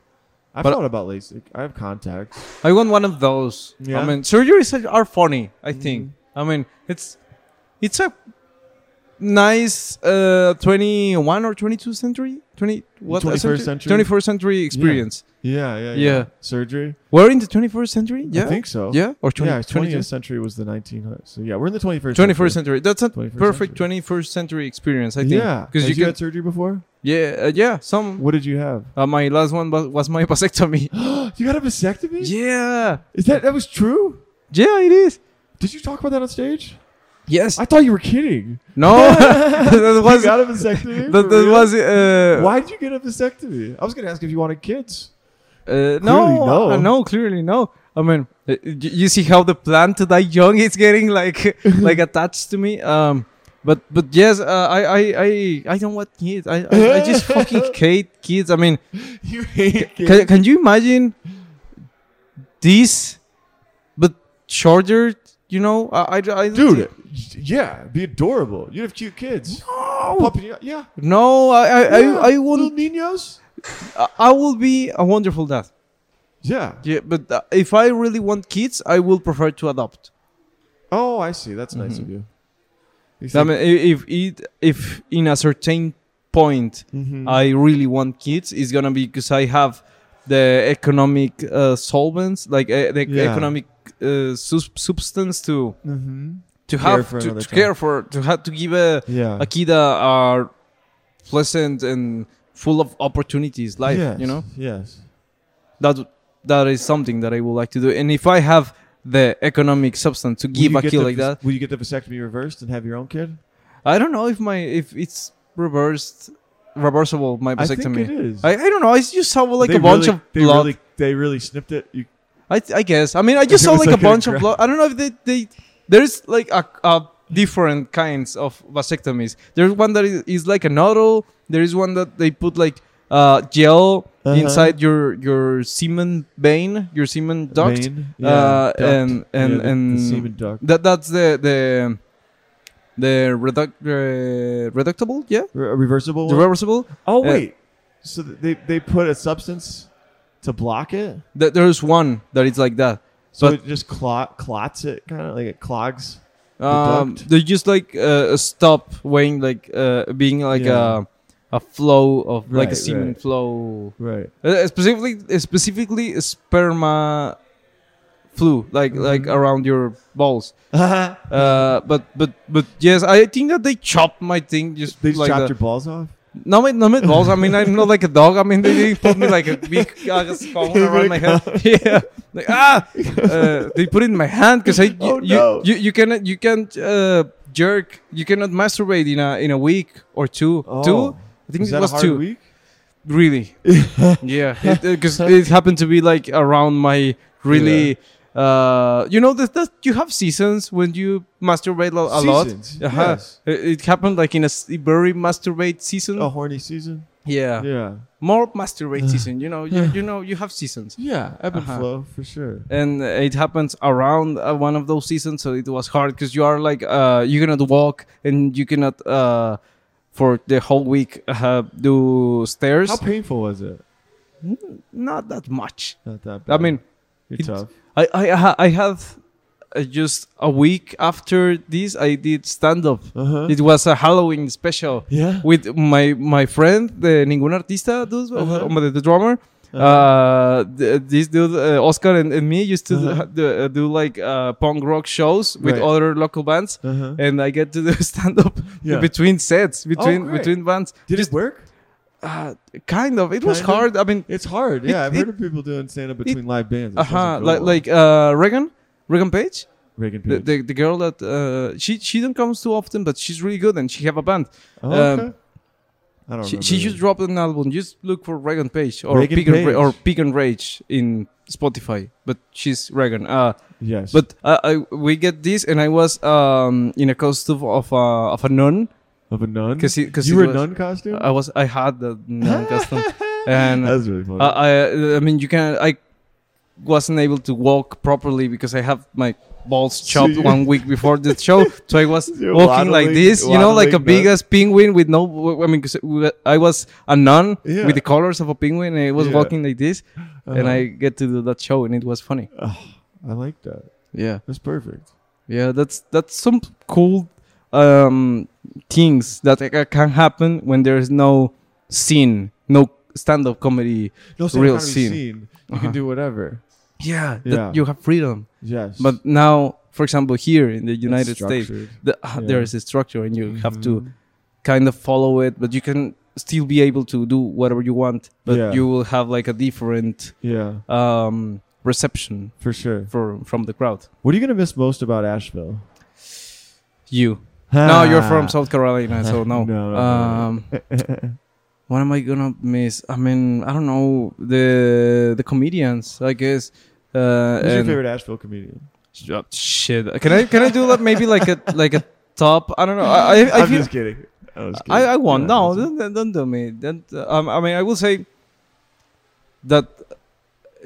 I've
But-
thought about LASIK. I have contacts.
I want one of those.
Yeah.
I
Mm-hmm.
mean, surgeries are- are funny. I think. I mean, it's it's a nice uh, twenty one or twenty two century twenty what
21st century?
twenty first century experience.
Yeah, yeah,
Yeah.
Surgery?
We're in the twenty first century.
I
Yeah,
think so.
yeah, or
yeah,
20,
20th century was the 1900s. So yeah, we're in the 21st.
21st century. That's a
21st
perfect
century.
21st century experience, I think.
Yeah.
Because you
Have you,
can,
had surgery before?
yeah, uh, yeah, some.
What did you have?
Uh, my last one was, was my *laughs* vasectomy.
*gasps* you got a vasectomy?
yeah.
Is that that was true?
Yeah, it is.
Did you talk about that on stage?
Yes.
I thought you were kidding. *laughs*
no. *laughs* that
You
was
got a vasectomy?
*laughs* that,
For
that
real?
was uh,
Why did you get a vasectomy? I was gonna ask if you wanted kids.
Uh, no,
no.
uh, no, clearly no. I mean, uh, y- you see how the plan to die young is getting
*laughs*
like like attached to me. Um, but but yes, uh, I I I I don't want kids. I I, I just
*laughs*
fucking hate kids. I mean,
You hate kids.
can, can you imagine this, but shorter? You know, I I, I don't
Dude,
think-
yeah, be adorable. You'd have cute kids. No. Puppy, yeah.
No, I I
yeah.
I, I
Little
will
niños?
I I will be a wonderful dad.
Yeah.
Yeah, but uh, if I really want kids, I will prefer to adopt.
Oh, I see. That's nice
Mm-hmm.
of you. You
I
think-
mean, i- if it, if in a certain point
Mhm.
I really want kids, it's gonna be because I have the economic uh, solvents, like uh, the
Yeah.
economic uh, sub- substance to
Mhm.
to
Care
have
for
to,
another
to
child.
care for to have to give a
Yeah.
a kid a, a pleasant and full of opportunities life.
Yes,
You know
Yes.
that that is something that I would like to do, and if I have the economic substance to
Will
give
you
a
get
kid
the
like
vas-
that.
Will you get the vasectomy reversed and have your own kid?
I don't know if my if it's reversed, reversible. My
I think it
vasectomy.
is.
I, I don't know. I just saw like
They
a bunch
really-
of
they
blood.
Really, they really snipped it. You,
I I guess. I mean, I just
*laughs* It
saw
was
like,
like
a
a
bunch of
gra-
blood. I don't know if they they there's like a, a different kinds of vasectomies. There's one that is, is like a noodle. There is one that they put like uh gel
Uh-huh.
inside your your semen vein, your semen duct.
Vein?
uh,
duct.
and- and-
Yeah, the-
and-
the semen duct.
That that's the the the reduct uh, reductable. Yeah,
Re- a reversible
the
one?
reversible.
Oh
Uh,
wait, so th- they they put a substance to block it,
Th- there's one that is like that.
so
But-
it just clot clots it, kind of like it clogs.
Um,
duct?
they just like uh, stop weighing, like uh, being like
Yeah.
a a flow of like a
Right,
semen
right.
flow,
Right.
uh, specifically specifically sperma flu, like like
Mhm.
around your balls.
*laughs* they
Uh, but but but yes, I think that they chopped my thing just
just
like that.
chopped your balls off.
No, my, no, my balls. I mean, I'm not like a dog. I mean, they, they put me like a big uh,
*laughs*
cone around my head. Yeah, like ah, uh, they put it in my hand because I you,
Oh,
you,
no.
you you cannot you can't uh, jerk. You cannot masturbate in a in a week or two. Two, I think it
was Oh. that
was
a hard
two.
week? *laughs*
Really? yeah, because it, happened to be like around my really. Uh, you know that, that you have seasons when you masturbate lo- a lot.
Seasons,
Uh-huh.
yes.
It, it happened like in a s- very masturbate season.
A horny season.
Yeah
Yeah.
more masturbate season. You know, you, you know, you have seasons,
Yeah. Ebb and
Uh-huh.
flow for sure.
and it happens around uh, one of those seasons. So it was hard because you are like uh, you cannot walk and you cannot uh, for the whole week uh, do stairs.
How painful was it?
Not that much.
Not that
I
bad.
mean,
you're
it-
tough.
I I ha- I have uh, just a week after this I did stand up.
Uh-huh.
It was a Halloween special.
yeah.
with my my friend, the ningún artista, dude,
Uh-huh.
um, the, the drummer. uh th- this dude uh, Oscar and, and me used to do-
Uh-huh.
*laughs* do, uh, do like uh, punk rock shows with
Right.
other local bands,
Uh-huh.
and I get to do *laughs* stand up
Yeah. Oh,
between sets, between
great.
between bands.
Did
Just
it work?
uh, kind of. It was
Kinda?
hard. I mean,
It's hard.
It-
Yeah, I've
it-
heard of people doing stand up between live bands. It
uh huh.
doesn't go
Like
well.
like uh, Reagan, Reagan Page.
Reagan
The,
Peters.
the, the girl that uh, she she don't comes too often, but she's really good and she have a band.
oh,
um,
okay. I don't
She,
remember.
she
either.
just dropped an album. Just look for Reagan Page or
Reagan
Pig and Ra-
Page.
or Pig and Rage in Spotify. But she's Reagan. Uh,
yes,
but uh, I, we get this, and I was um, in a costume of a of a nun
of a nun.
because because
you were a nun costume.
I was I had the nun
*laughs*
costume, and
That's really funny.
Uh, I, Uh, I I mean you can I wasn't able to walk properly because I have my balls chopped
you-
one week before the
*laughs*
show, so I was
You're
walking like
waddling-
this, you know, like a
waddling
big
nun.
ass penguin with no. I mean, 'cause we- I was a nun
Yeah.
with the colors of a penguin, and I was
Yeah.
walking like this, and
Uh-huh.
I get to do that show, and it was funny.
I like that.
Yeah,
That's perfect.
yeah, that's that's some cool um things that uh, can happen when there is no scene, no stand-up comedy.
No
Real
kind of
scene.
You
Uh-huh.
can do whatever.
Yeah, that
Yeah.
you have freedom.
Yes,
But now, for example, here in the
It's
United States,
structured.
the, uh,
Yeah.
there is a structure, and you have to
Mhm.
kind of follow it, but you can still be able to do whatever you want. But
Yeah.
you will have like a different
Yeah,
um, reception
for sure.
for from the crowd.
What are you gonna miss most about Asheville?
You. no, you're from South Carolina,
*laughs*
so no.
Ah. No, no, no, *laughs*
um, what am I gonna miss? I mean, I don't know the the comedians. I guess. Uh,
Who's your
and-
favorite Asheville comedian?
Uh, shit. Can I can I do like maybe like a like a top? I don't know. I I, I
am
feel
just kidding. I, was
I, I won.
Yeah,
no,
that's-
don't, don't- don't do me. Don't, um, I mean, I will say that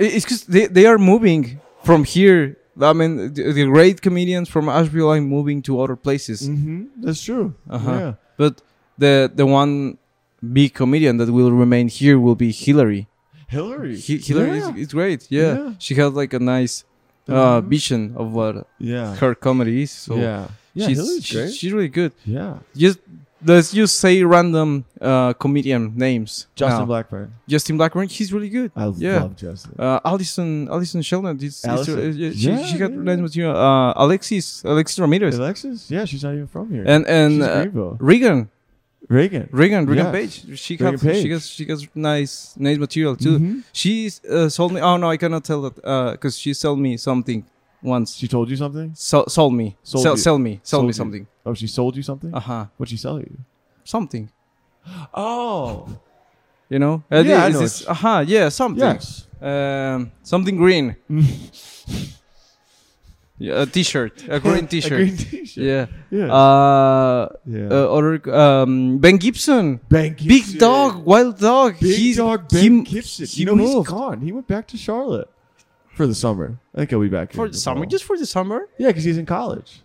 i- it's because they, they are moving from here. I mean, the, the great comedians from Asheville are moving to other places.
Mhm, That's true.
Uh-huh.
Yeah.
But the the one big comedian that will remain here will be Hillary.
Hillary.
Hi- Hillary
Yeah.
is, is great. Yeah.
Yeah.
she has like a nice uh,
Mhm.
vision of what
yeah.
her comedy is. So
yeah. Yeah.
she's
Hillary's
she-
great.
she's really good.
yeah.
Just let's just say random uh, comedian names.
Justin
now.
Blackburn.
Justin Blackburn, he's really good.
I
Yeah.
love Justin.
Uh, Alison Alison Sheldon, it's, it's,
Allison?
uh, yeah, she,
Yeah,
she got
yeah,
nice
yeah.
material. Uh, Alexis Alexis Ramirez
Alexis? Yeah, she's not even from here.
and and
she's
uh,
Greenville.
Regan
Reagan.
Regan Regan
Yes.
Page. She
Regan
has she
Page.
has she has nice nice material too.
Mhm.
She's uh, sold me. Oh no, I cannot tell that because she sold me something once.
She told you something?
So, sold me.
Sold
sell,
you.
sell me. Sell
Sold
me
you.
something.
Oh, she sold you something?
Uh huh.
What'd she sell you?
Something.
Oh.
You know. Uh,
Yeah, I
is
know
this-
it's-
Uh-huh, yeah. Something.
Yes.
Um, something
*laughs*
green. yeah, a t-shirt, a green t-shirt.
A green t-shirt.
Yeah.
Yeah.
Uh,
yeah.
uh, or um, Ben Gibson,
Ben
Big Dog, Wild Dog.
Big
he's,
dog
he
Ben
m-
Gibson.
he
You know
moved.
he's gone. He went back to Charlotte for the summer. I think he'll be back
for
here
the summer,
fall.
just for the summer.
yeah, because he's in college.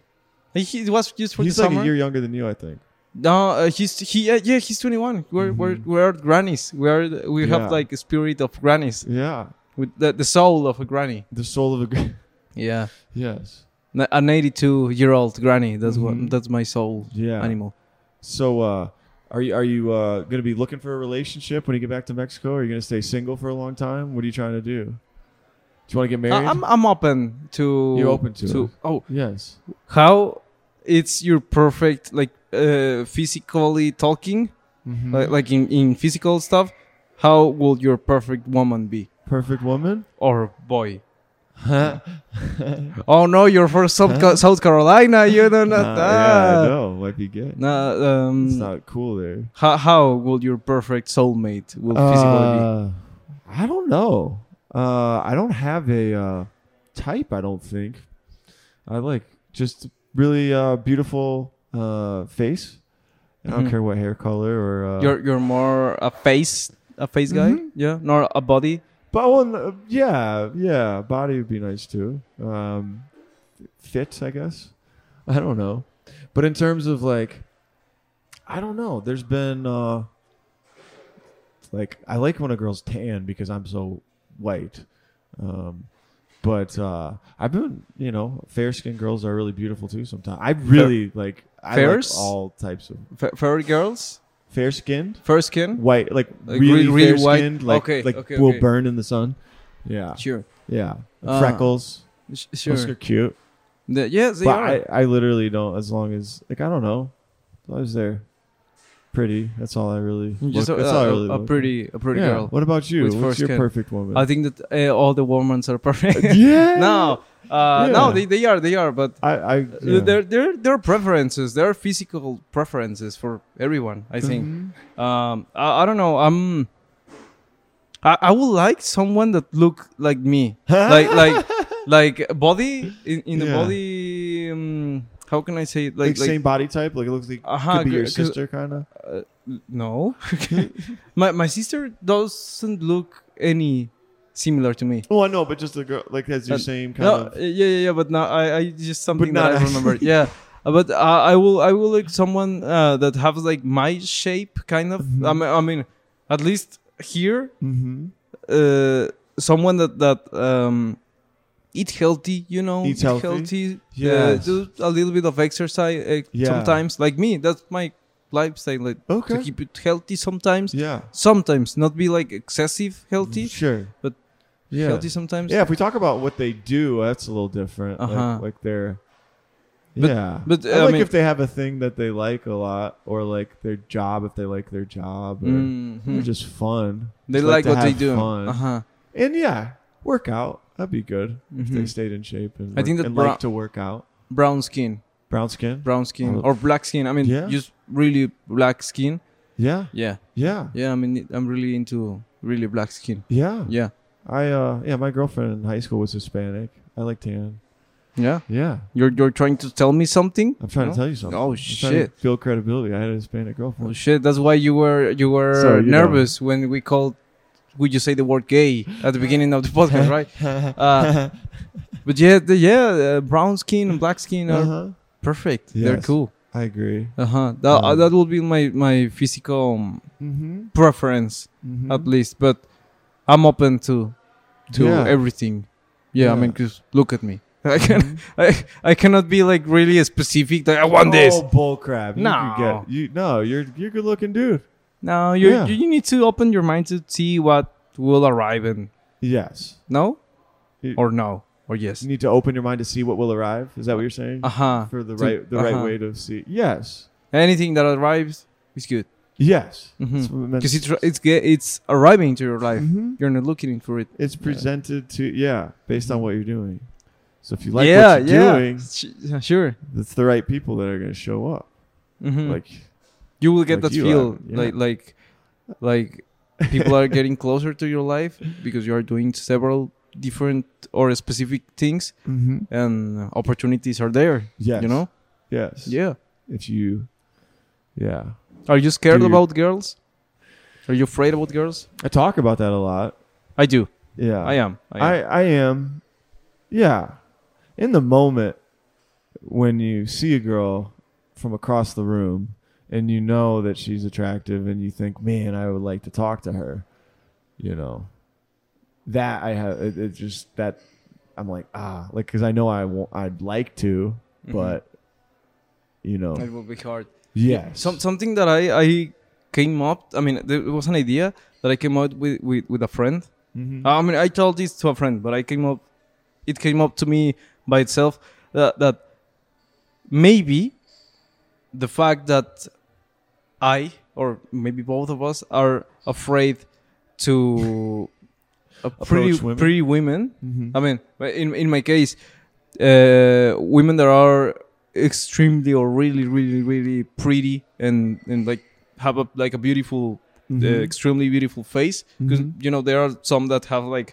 He it was just for
he's
the
like
summer.
a year younger than you, I think.
No, uh, he's he. Uh, yeah, he's 21. We're we're we're grannies. We are we have
Mm-hmm. Yeah.
like a spirit of grannies
Yeah,
with the, the soul of a granny.
the soul of a gr-
Yeah,
yes.
N- an 82 year old granny. That's what
Mhm.
that's my soul
Yeah.
animal.
So, uh, are you are you uh, gonna be looking for a relationship when you get back to Mexico? Are you gonna stay single for a long time? What are you trying to do? Do you want to get
I-
married?
Uh, I'm I'm open to
You're open to it.
oh
yes.
how it's your perfect like uh, physically talking
Mhm.
like like in in physical stuff. How will your perfect woman be
Perfect woman.
or boy? *laughs* Oh no, you're from South, Ca- South
*laughs*
Carolina. You don't know
Uh, yeah, I
that.
know. Might be gay.
Nah, um,
It's not cool there.
how, how will your perfect soulmate will physically
Uh, I don't know. Uh, I don't have a uh, type. I don't think. I like just really uh, beautiful uh, face. I don't
Mhm.
care what hair color or. Uh,
be? You're you're more a face a face guy,
Mhm.
yeah, not a body.
but well, n- yeah, yeah. Body would be nice too. Um, fit, I guess. I don't know. But in terms of like, I don't know. There's been uh, like I like when a girl's tan because I'm so white. Um, but uh, I've been, you know, fair skinned girls are really beautiful too. Sometimes I really like I like
Fairs?
all types of
F- fairy girls,
fair skinned,
fair skin,
white, like,
Like, really-
really,
really
fair
white?
skinned, like
Okay,
like
okay,
will
okay.
burn in the sun. Yeah,
sure,
yeah,
Uh,
freckles.
Sh-
Those are
sure.
cute.
The- yeah, they
but
are.
I, I literally don't. As long as like I don't know, as long as they're pretty. That's all I really.
Just
look-
a,
that's all
uh,
I
a-
really
a
look.
pretty, a pretty
Yeah.
girl.
What about you?
with
What's
fair
your
skin.
perfect woman? *laughs*
I think that uh, all the women are *laughs* perfect.
yeah.
no, uh, no,
Yeah.
they, they are, they are, but
I. I yeah.
there there, there, there are preferences. There are physical preferences for everyone. I think.
Mm-hmm.
Um, I, I don't know. I'm. I, I would like someone that look like me, like
*laughs*
like like body in, in the
Yeah.
body. Um, how can I say it?
like,
like like
same body type. Like it looks like
Uh-huh,
could be your
gr- 'cause-
sister, kind of.
uh, no, *laughs* my my sister doesn't look any similar to me.
Oh, I know, but just a girl. Like that's your
Uh,
same kind
No,
of.
uh, yeah, yeah, yeah, but no, I, I just something
not
that I
*laughs* us.
remember. yeah, Uh, but uh, I will, I will like someone uh, that has like my shape, kind of. I, mean, I mean, at least here,
Mm-hmm.
uh, someone that that um, eat healthy, you know,
Eats healthy.
yeah,
Yes.
do a little bit of exercise uh,
Yeah.
sometimes. Like me, that's my lifestyle, like to
Okay.
keep it healthy sometimes.
yeah.
Sometimes, not be like excessive healthy,
Sure.
but
yeah.
healthy sometimes.
Yeah, if we talk about what they do, that's a little different. Like-
Uh-huh.
Like, they're.
But-
yeah,
but,
I
I
like
mean-
if they have a thing that they like a lot, or like their job if they like their job, or
Mhm.
they're just fun.
They
Just
like,
to
what they
have
do.
fun.
Uh huh.
And yeah, work out. That'd be good if they
Mhm.
stayed in shape and,
I
work-
think that
and
bra-
like to work out.
Brown skin,
Brown skin.
brown skin,
Oh.
or black skin. I mean,
Yeah.
just really black skin.
Yeah,
Yeah,
yeah,
yeah. I mean, I'm really into really black skin.
yeah.
Yeah,
I uh, yeah, my girlfriend in high school was Hispanic. I like tan.
yeah.
Yeah,
You're you're trying to tell me something?
I'm trying
No?
to tell you something.
Oh,
I'm trying to
shit.
Feel credibility. I had a Hispanic
Oh
girlfriend.
shit! That's why you were you were
So, you know.
nervous when we called. Would you say the word "gay" at the beginning of the
*laughs*
podcast, right? *laughs* Uh, but yeah, the, yeah, uh, brown skin and black skin are
uh-huh.
perfect. They're
Yes.
cool.
I agree.
Uh-huh. That, uh,
Um,
that would be my my physical um,
Mm-hmm.
preference. at least. But I'm open to to
Yeah.
everything. Yeah, I
Yeah. Mm-hmm.
mean, just look at me. *laughs* I can I, I cannot be like really specific. Like I want this.
Oh, bull crap. You
No.
could get- you, no, you're you're good looking dude.
No, you
Yeah.
you you need to open your mind to see what will arrive and
Yes.
no
You-
or no or yes.
You need to open your mind to see what will arrive. Is that what you're saying?
Uh huh.
Mm-hmm. For the
To-
right the right
uh-huh.
way to see. Yes.
Anything that arrives is good
Yes.
Mhm.
That's what it meant.
because it's it's ge- it's arriving to your life.
Mhm.
You're not looking for it.
It's presented to yeah, based on what you're doing. So if you like
yeah,
what you're
yeah,
doing,
Sh- sure.
it's the right people that are going to show up.
Mhm.
Like
you will get
Like
that
you
feel
are, yeah.
like like like people are
*laughs*
getting closer to your life because you are doing several different or specific things
mm-hmm.
and opportunities are there
yes.
you know
Yes.
yeah
If you yeah.
are you scared
Do you-
about girls are you afraid about girls
I talk about that a lot.
i do
Yeah.
i am i, am.
Uh, I, I am. Yeah. In the moment when you see a girl from across the room and you know that she's attractive and you think, man, I would like to talk to her, you know, that I have, it, it just, that I'm like, ah, like, cause I know I won't, I'd like to,
Mhm.
but, you know,
it will be hard
yeah.
Some, something that i i came up i mean there was an idea that i came up with with, with a friend
Mhm.
I mean, I told this to a friend, but I came up, it came up to me by itself that, that maybe the fact that I or maybe both of us are afraid *laughs* to a pretty
Approach women?
pretty women. Mm-hmm.
Mhm.
I mean, in in my case, uh, women that are extremely or really really really pretty and and like have a like a beautiful
Mhm.
the extremely beautiful face because
Mhm.
you know there are some that have like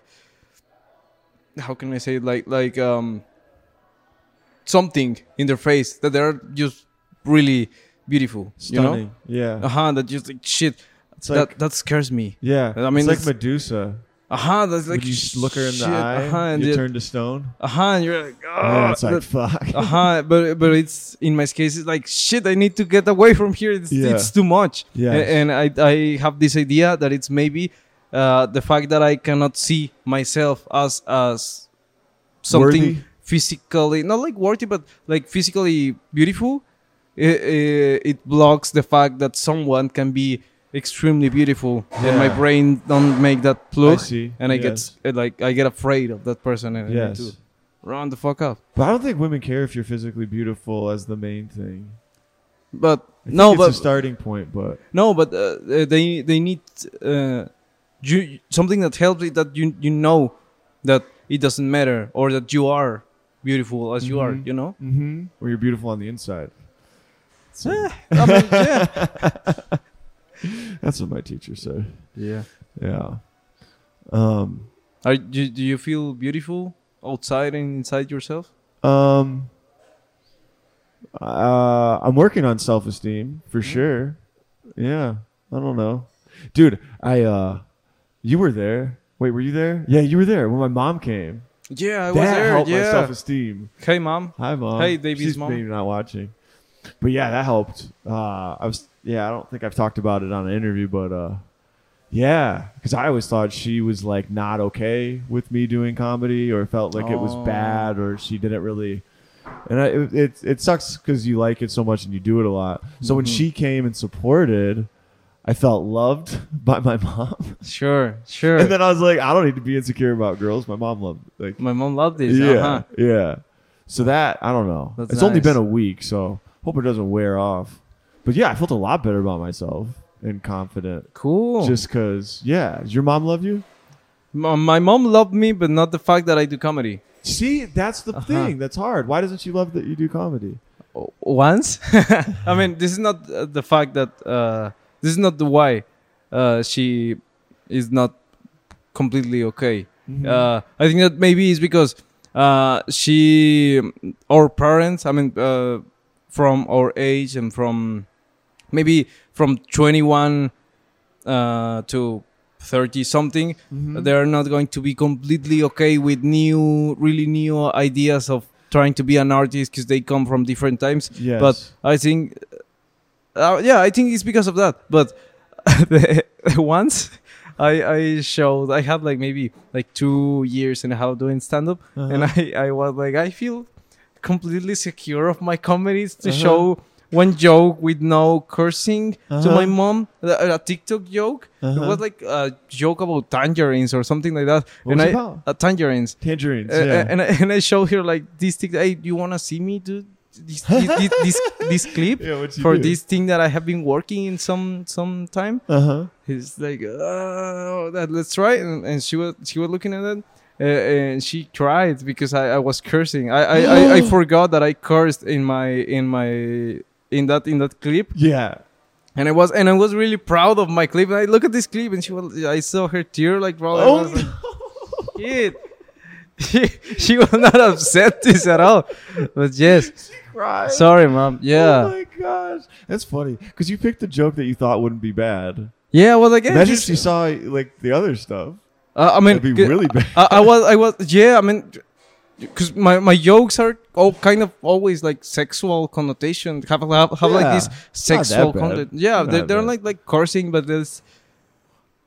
how can i say it like like um something in their face that they are just really beautiful you
Stunning.
know
Yeah.
uh-huh that just like shit
It's
that
like-
that scares me
Yeah.
I mean,
it's
this-
like Medusa.
uh-huh that's
Like
like
you just look her in the
shit,
eye,
uh-huh, and
you
it-
turn to stone.
uh-huh and you're like oh
Yeah, it's like *laughs* fuck.
uh-huh but but it's in my case it's like shit i need to get away from here it's,
Yeah.
it's too much
Yes.
A- and i i have this idea that it's maybe uh the fact that i cannot see myself as as something
Worthy?
physically not like worthy but like physically beautiful it, it blocks the fact that someone can be extremely beautiful and my
Yeah.
brain don't make that plug
see.
and i
Yes.
get like i get afraid of that person and I need
Yes.
to run the fuck up
But I don't think women care if you're physically beautiful as the main thing.
but
I
no,
think it's
but
a starting point, but
no, but uh, they they need uh, you something that helps it that you you know that it doesn't matter or that you are beautiful as you are.
Mhm.
You know.
mm-hmm. well, you're beautiful on the inside. So-
I mean, yeah. *laughs*
That's what my teacher said.
Yeah.
Yeah. Um.
Are, do, do you feel beautiful outside and inside yourself?
Um. Uh, I'm working on self-esteem for
Mm-hmm.
sure. Yeah. I don't know, dude. I uh, you were there. Wait, were you there? Yeah, you were there when my mom came.
Yeah, I
that helped my self-esteem.
Hey, mom.
Hi, mom.
Hey, Davy's
She's
mom.
Maybe not watching, but yeah, that helped. Uh, I was yeah. I don't think I've talked about it on an interview, but uh, yeah, because I always thought she was like not okay with me doing comedy, or felt like it was
Oh.
bad, or she didn't really. And I, it, it it sucks because you like it so much and you do it a lot. So when
Mhm.
she came and supported, I felt loved *laughs* by my mom,
Sure, sure.
and then I was like, I don't need to be insecure about girls. My mom loved like
My mom loved this.
yeah,
Uh-huh.
yeah. So that I don't know.
That's
it's only
nice.
been a week, so hope it doesn't wear off. But yeah, I felt a lot better about myself and confident
Cool.
just because. Yeah, does your mom love you?
my, my mom loved me, but not the fact that I do comedy.
See, that's the
Uh-huh.
thing. That's hard. Why doesn't she love that you do comedy?
O- Once, *laughs* I mean, this is not uh, the fact that uh, this is not the why uh, she is not completely okay. Uh, I think that maybe it's because uh, she, our parents, I mean, uh, from our age and from maybe from 21 uh, to 30 something,
Mhm.
they're not going to be completely okay with new, really new ideas of trying to be an artist because they come from different times.
Yes.
But I think, uh, yeah, I think it's because of that. But *laughs* once I I showed, I had like maybe like two years and a half doing stand up,
Uh-huh.
and *laughs* I I was like I feel completely secure of my comedies to
Uh-huh.
show one joke with no cursing to
Uh-huh.
my mom, a, a TikTok joke. It
Uh-huh.
was like a joke about tangerines or something like that,
What
and
was it
I
about?
uh, tangerines.
tangerines.
Uh,
yeah.
and, I, *laughs* and I show her like this thing. Hey, you wanna see me do this this, this, this, this
*laughs*
clip
yeah, what'd you
for
do?
this thing that I have been working in some some time?
Uh-huh.
He's like, oh, that let's try. it." And, and she was she was looking at it, uh, and she cried because I, I was cursing. I, I, I, I forgot that I cursed in my in my in that in that clip,
Yeah.
and I was and I was really proud of my clip. And I look at this clip, and she was I saw her tear like roll. I
Oh,
was like, Shit. *laughs* she, she was not upset this at all. But yes.
*laughs* Right.
Sorry, mom.
Oh
Yeah.
my gosh, that's funny because you picked a joke that you thought wouldn't be bad.
Yeah, I was like, eh,
Imagine if
this-
she saw like the other stuff.
uh, I mean,
That'd be
g-
really
*laughs*
bad.
I, I was, I was, yeah, I mean, because my, my jokes are all kind of always like sexual connotation, have, have, have like
Yeah.
this
Not
sexual
bad.
content. Yeah,
Not
they're, they're
bad.
like, like cursing, but it's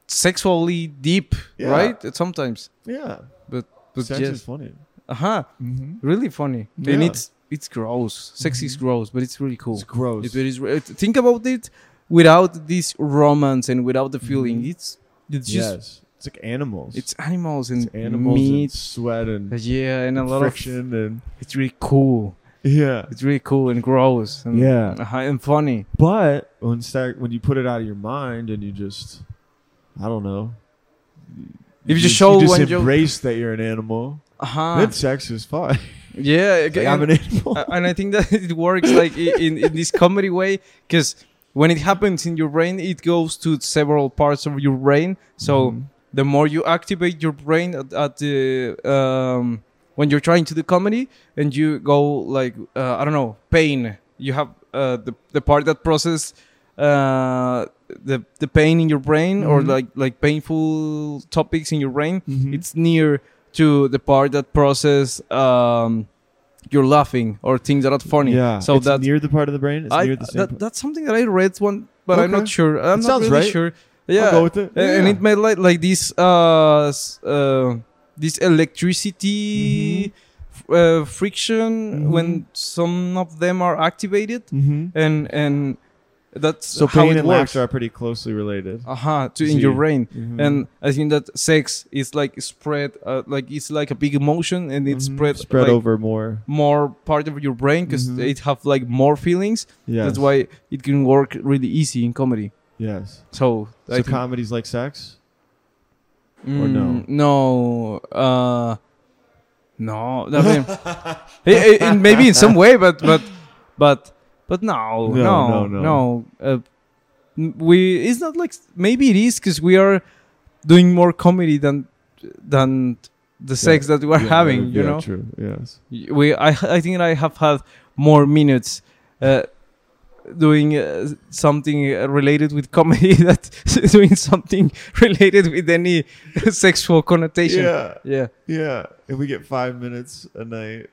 sexually deep,
Yeah.
right? Sometimes.
Yeah,
But, but
sex
yes.
is funny.
Uh huh.
Mm-hmm.
Really funny. And
Yeah.
it's, it's gross. Sex is gross, but it's really cool.
It's gross.
It is, it- think about it without this romance and without the feeling.
Mhm.
It's it's
yes,
just
it's like animals.
it's animals and
It's animals and
meat.
sweat and,
yeah, and a lot of
friction and
it's really cool.
yeah.
It's really cool and gross. And,
Yeah.
uh-huh, and funny.
But when start, when you put it out of your mind and you just, I don't know.
If you just show
you just
one joke-
embrace that you're an animal,
Uh huh.
then sex is
*laughs*
fine.
Yeah,
Like, I'm an
and,
animal.
and I think that *laughs* it works like i- in in this comedy way because when it happens in your brain, it goes to several parts of your brain. So.
Mhm.
the more you activate your brain at, at the um, when you're trying to do comedy and you go like uh, I don't know pain you have uh, the the part that process uh, the the pain in your brain or
Mhm.
like like painful topics in your brain
Mhm.
it's near to the part that process um, you're laughing or things that are funny
yeah.
so
it's
that
near the part of the brain. It's
I, uh,
near the same.
that,
part.
that's something that I read one but I'm
Okay.
not sure I'm
It
not
sounds
really
right.
sure
I'll
yeah
go with
a-
it.
and
Yeah.
it made like like this uh, s- uh this electricity
Mm-hmm.
f- uh, friction
Mhm.
when some of them are activated
Mhm.
and and That's
So
how
pain
it
and
works.
laughter are pretty closely related.
uh-huh, to in
See.
your brain.
Mhm.
And I think that sex is like spread, uh, like it's like a big emotion, and it's
Mhm.
spread
spread
like,
over more.
more part of your brain because
Mhm.
it have like more feelings.
Yes.
That's why it can work really easy in comedy.
Yes.
So,
So
I think-
comedy's like sex. or no?
Mm, No. Uh, no.
*laughs*
I mean, it, it, maybe in some way, but but but but no,
No,
no, no,
no,
Uh, n- we it's not like maybe it is because we are doing more comedy than than the sex that we're
Yeah,
having.
yeah,
you know,
True. Yes.
we I I think I have had more minutes. Uh, doing uh, something uh, related with comedy *laughs* that doing something related with any *laughs* sexual connotation
Yeah.
yeah
Yeah. If we get five minutes a night,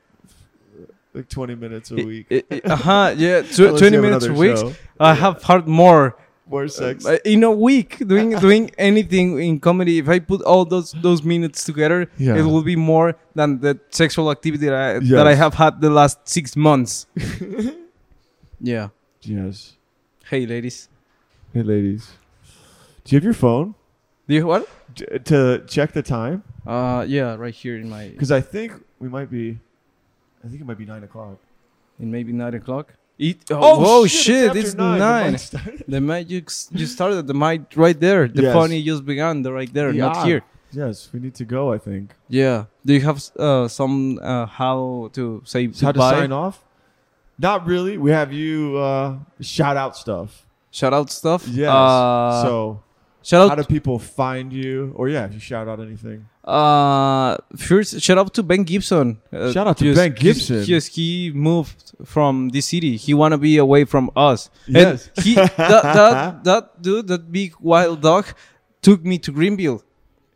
like twenty minutes a week.
I- I- uh-huh
*laughs*
yeah tw-
Unless
20
you have
minutes a
another
week
show.
i have had more
more sex.
uh, in a week doing *laughs* doing anything in comedy if i put all those those minutes together
Yeah.
it will be more than the sexual activity that i,
Yes.
that I have had the last six months
*laughs*
yeah
yes.
hey ladies
Hey, ladies. Do you have your phone
do you what
J- to check the time?
uh yeah right here in my
Because I think we might be. I think it might be nine o'clock.
in maybe nine o'clock It, oh, whoa, shit! It's, nine. The mic you, you started the mic right there. The
Yes.
funny just began the right there,
Yeah.
not here.
yes, we need to go. I think.
Yeah. Do you have uh, some uh, how to say
So how to
goodbye?
sign off? Not really. We have you uh, shout out stuff.
Shout out stuff.
Yes.
Uh, oh,
so
shout out.
how do people find you? Or yeah, if you shout out anything.
uh, first, shout out to Ben Gibson. Uh,
Shout out to
yes,
Ben
yes,
Gibson.
Yes, he moved from this city. He wanna be away from us.
Yes. *laughs*
And he that, that that dude, that big wild dog, took me to Greenville.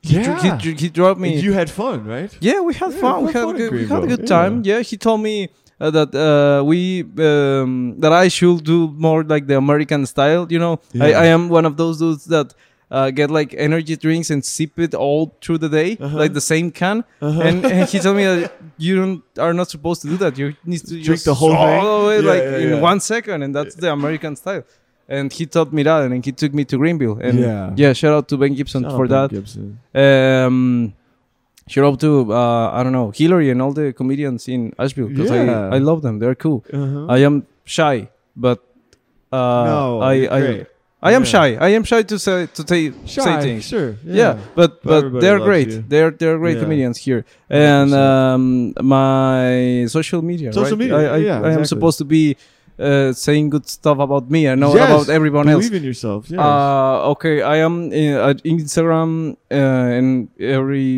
He dro-
Yeah.
He, dro- he dropped me.
you had fun, right?
Yeah, we had
Yeah,
fun.
we
We
had
had,
fun
a
in
good, we had a
Greenville,
good time. Yeah, he told me uh, that uh, we um, that I should do more like the American style. You know, I,
Yeah.
I am one of those dudes that uh, get like energy drinks and sip it all through the day,
Uh-huh.
like the same can. And, and he told me that you don't are not supposed to do that. You need to just
the whole thing?
swallow it
Yeah,
like
yeah,
in
yeah.
one second, and that's the American style. And he taught me that, and then he took me to Greenville. And
Yeah.
yeah, shout out to Ben Gibson
Shout out
for
Oh, Ben
that
Gibson.
um shout out to uh, I don't know Hillary and all the comedians in Asheville because
Yeah.
I, I love them they're cool
Uh-huh.
I am shy but uh,
no,
I
you're
I,
great.
I am
Yeah.
shy I am shy to say to say, say
Shy,
things
sure. Yeah.
yeah, but
But
but
everybody
they're
loves
great
you.
they're they're great
Yeah.
comedians here and
100%.
um, my social media
Social
right?
media,
I, I,
yeah,
I am
exactly.
supposed to be uh, saying good stuff about me and not
Yes,
about everyone else
Believe in yourself. Yes.
uh, okay, I am in, at Instagram uh, and every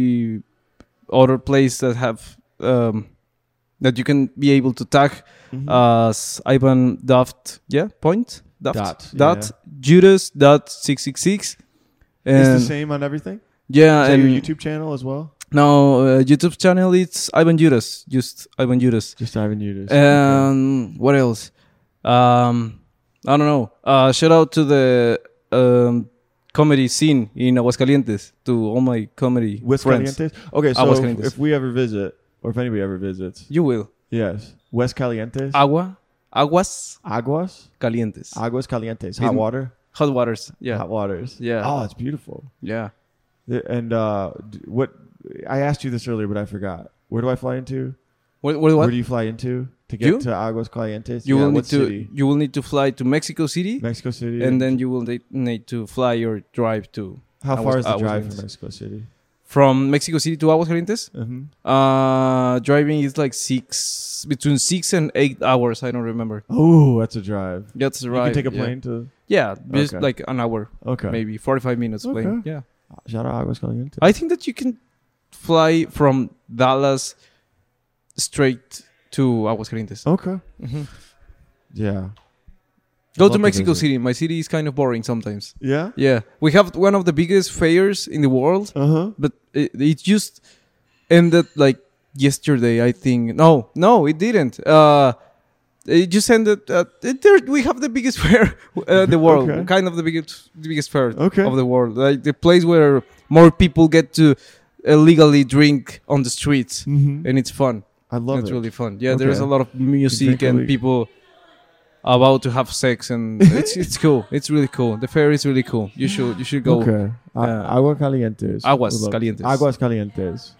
other place that have um, that you can be able to tag
Mhm.
uh, as Ivan Daft. Yeah, point Daft
Dot,
dot Judas dot six six six.
It's the
And
same on everything.
yeah,
Is that
and
your YouTube channel as well?
now uh, YouTube channel it's Ivan Judas, just Ivan Judas.
Just Ivan Judas.
Um, what else? Um, I don't know. Uh, shout out to the um, comedy scene in Aguascalientes to all my comedy
With
friends.
Calientes. Okay, so if,
Aguascalientes.
if we ever visit, or if anybody ever visits,
You will
yes, West Calientes,
agua, aguas
aguas,
calientes,
aguas calientes, hot
Isn't-
water,
hot waters. Yeah,
hot waters.
Yeah.
Oh, it's beautiful.
yeah.
Th- And uh, d- what I asked you this earlier, but I forgot. Where do I fly into?
What? What? what?
Where do
You,
you fly into to get
You?
to Aguas Calientes?
will
what
need to.
city?
You will need to fly to Mexico City,
Mexico City.
and then you will need- need to fly or drive to
how
Aguas-
far is the
Aguas
drive
Calientes.
from Mexico City?
from Mexico City to Aguascalientes.
Mm-hmm.
Uh, driving is like six between six and eight hours. I don't remember.
Oh, that's a drive.
That's
You
right.
can take a
yeah.
plane to.
Yeah, just
Okay.
like an hour,
Okay.
maybe 45 minutes
Okay.
plane. Yeah.
Shout out Aguas Calientes.
I think that you can fly from Dallas straight to Aguascalientes.
okay.
Mhm.
Yeah.
Go
Love
to
to
Mexico
visit.
City. My city is kind of boring sometimes.
Yeah.
Yeah. We have one of the biggest fairs in the world,
Uh huh.
but it, it just ended like yesterday, I think. No, no, it didn't. Uh, it just ended. At, it, there, we have the biggest *laughs* fair uh, the world,
Okay.
kind of the biggest, the biggest fair
Okay.
of the world, like the place where more people get to illegally drink on the streets,
Mm-hmm.
and it's fun.
I love
it's
it.
really fun. Yeah, there's
Okay.
a lot of music
drink
and
illeg-
people about to have sex,
*laughs*
and it's it's cool. It's really cool. The fair is really cool. You should you should go.
Okay.
Uh,
A- Agua Calientes.
Aguas
Look,
Calientes.
Aguas Calientes.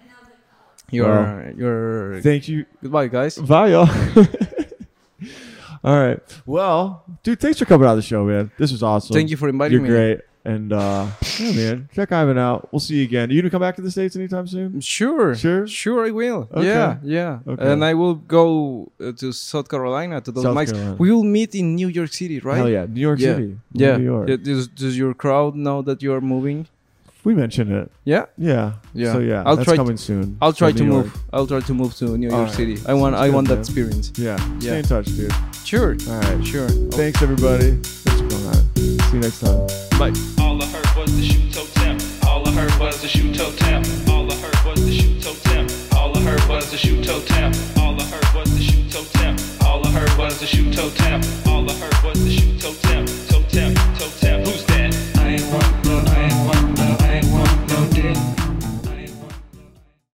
Your your
Thank you.
goodbye, guys.
Bye, y'all. *laughs* All right. Well, dude, thanks for coming on the show, man. This was awesome.
Thank you for inviting
You're
me.
great. And uh, yeah, man, check Ivan out. We'll see you again. Are you gonna come back to the states anytime soon?
Sure.
Sure?
Sure, I will.
Okay.
Yeah, yeah.
Okay.
And I will go uh, to South Carolina to those
South
mics.
Carolina.
We will meet in New York City, right?
Hell yeah, New York
Yeah.
City.
Yeah.
New York.
Yeah, Does, does your crowd know that you are moving?
We mentioned it.
Yeah.
Yeah.
Yeah.
So yeah,
I'll
that's
try-
coming soon.
I'll try
So
to
New
move.
York.
I'll try to move to New
All
York
right.
City. I want.
Sounds
I
good,
want that
man.
experience.
Yeah. Stay
Yeah.
in touch, dude.
Sure.
All right.
Sure.
Thanks everybody. Thanks for coming on. See you next time.
Bye.
All I heard was the shoot toe tap. All I heard was the shoot toe tap. All I heard was the shoot toe tap. All I heard was the shoot toe tap. All I heard was the shoot toe tap. All I heard was the shoot toe tap. All I heard was the shoot toe tap.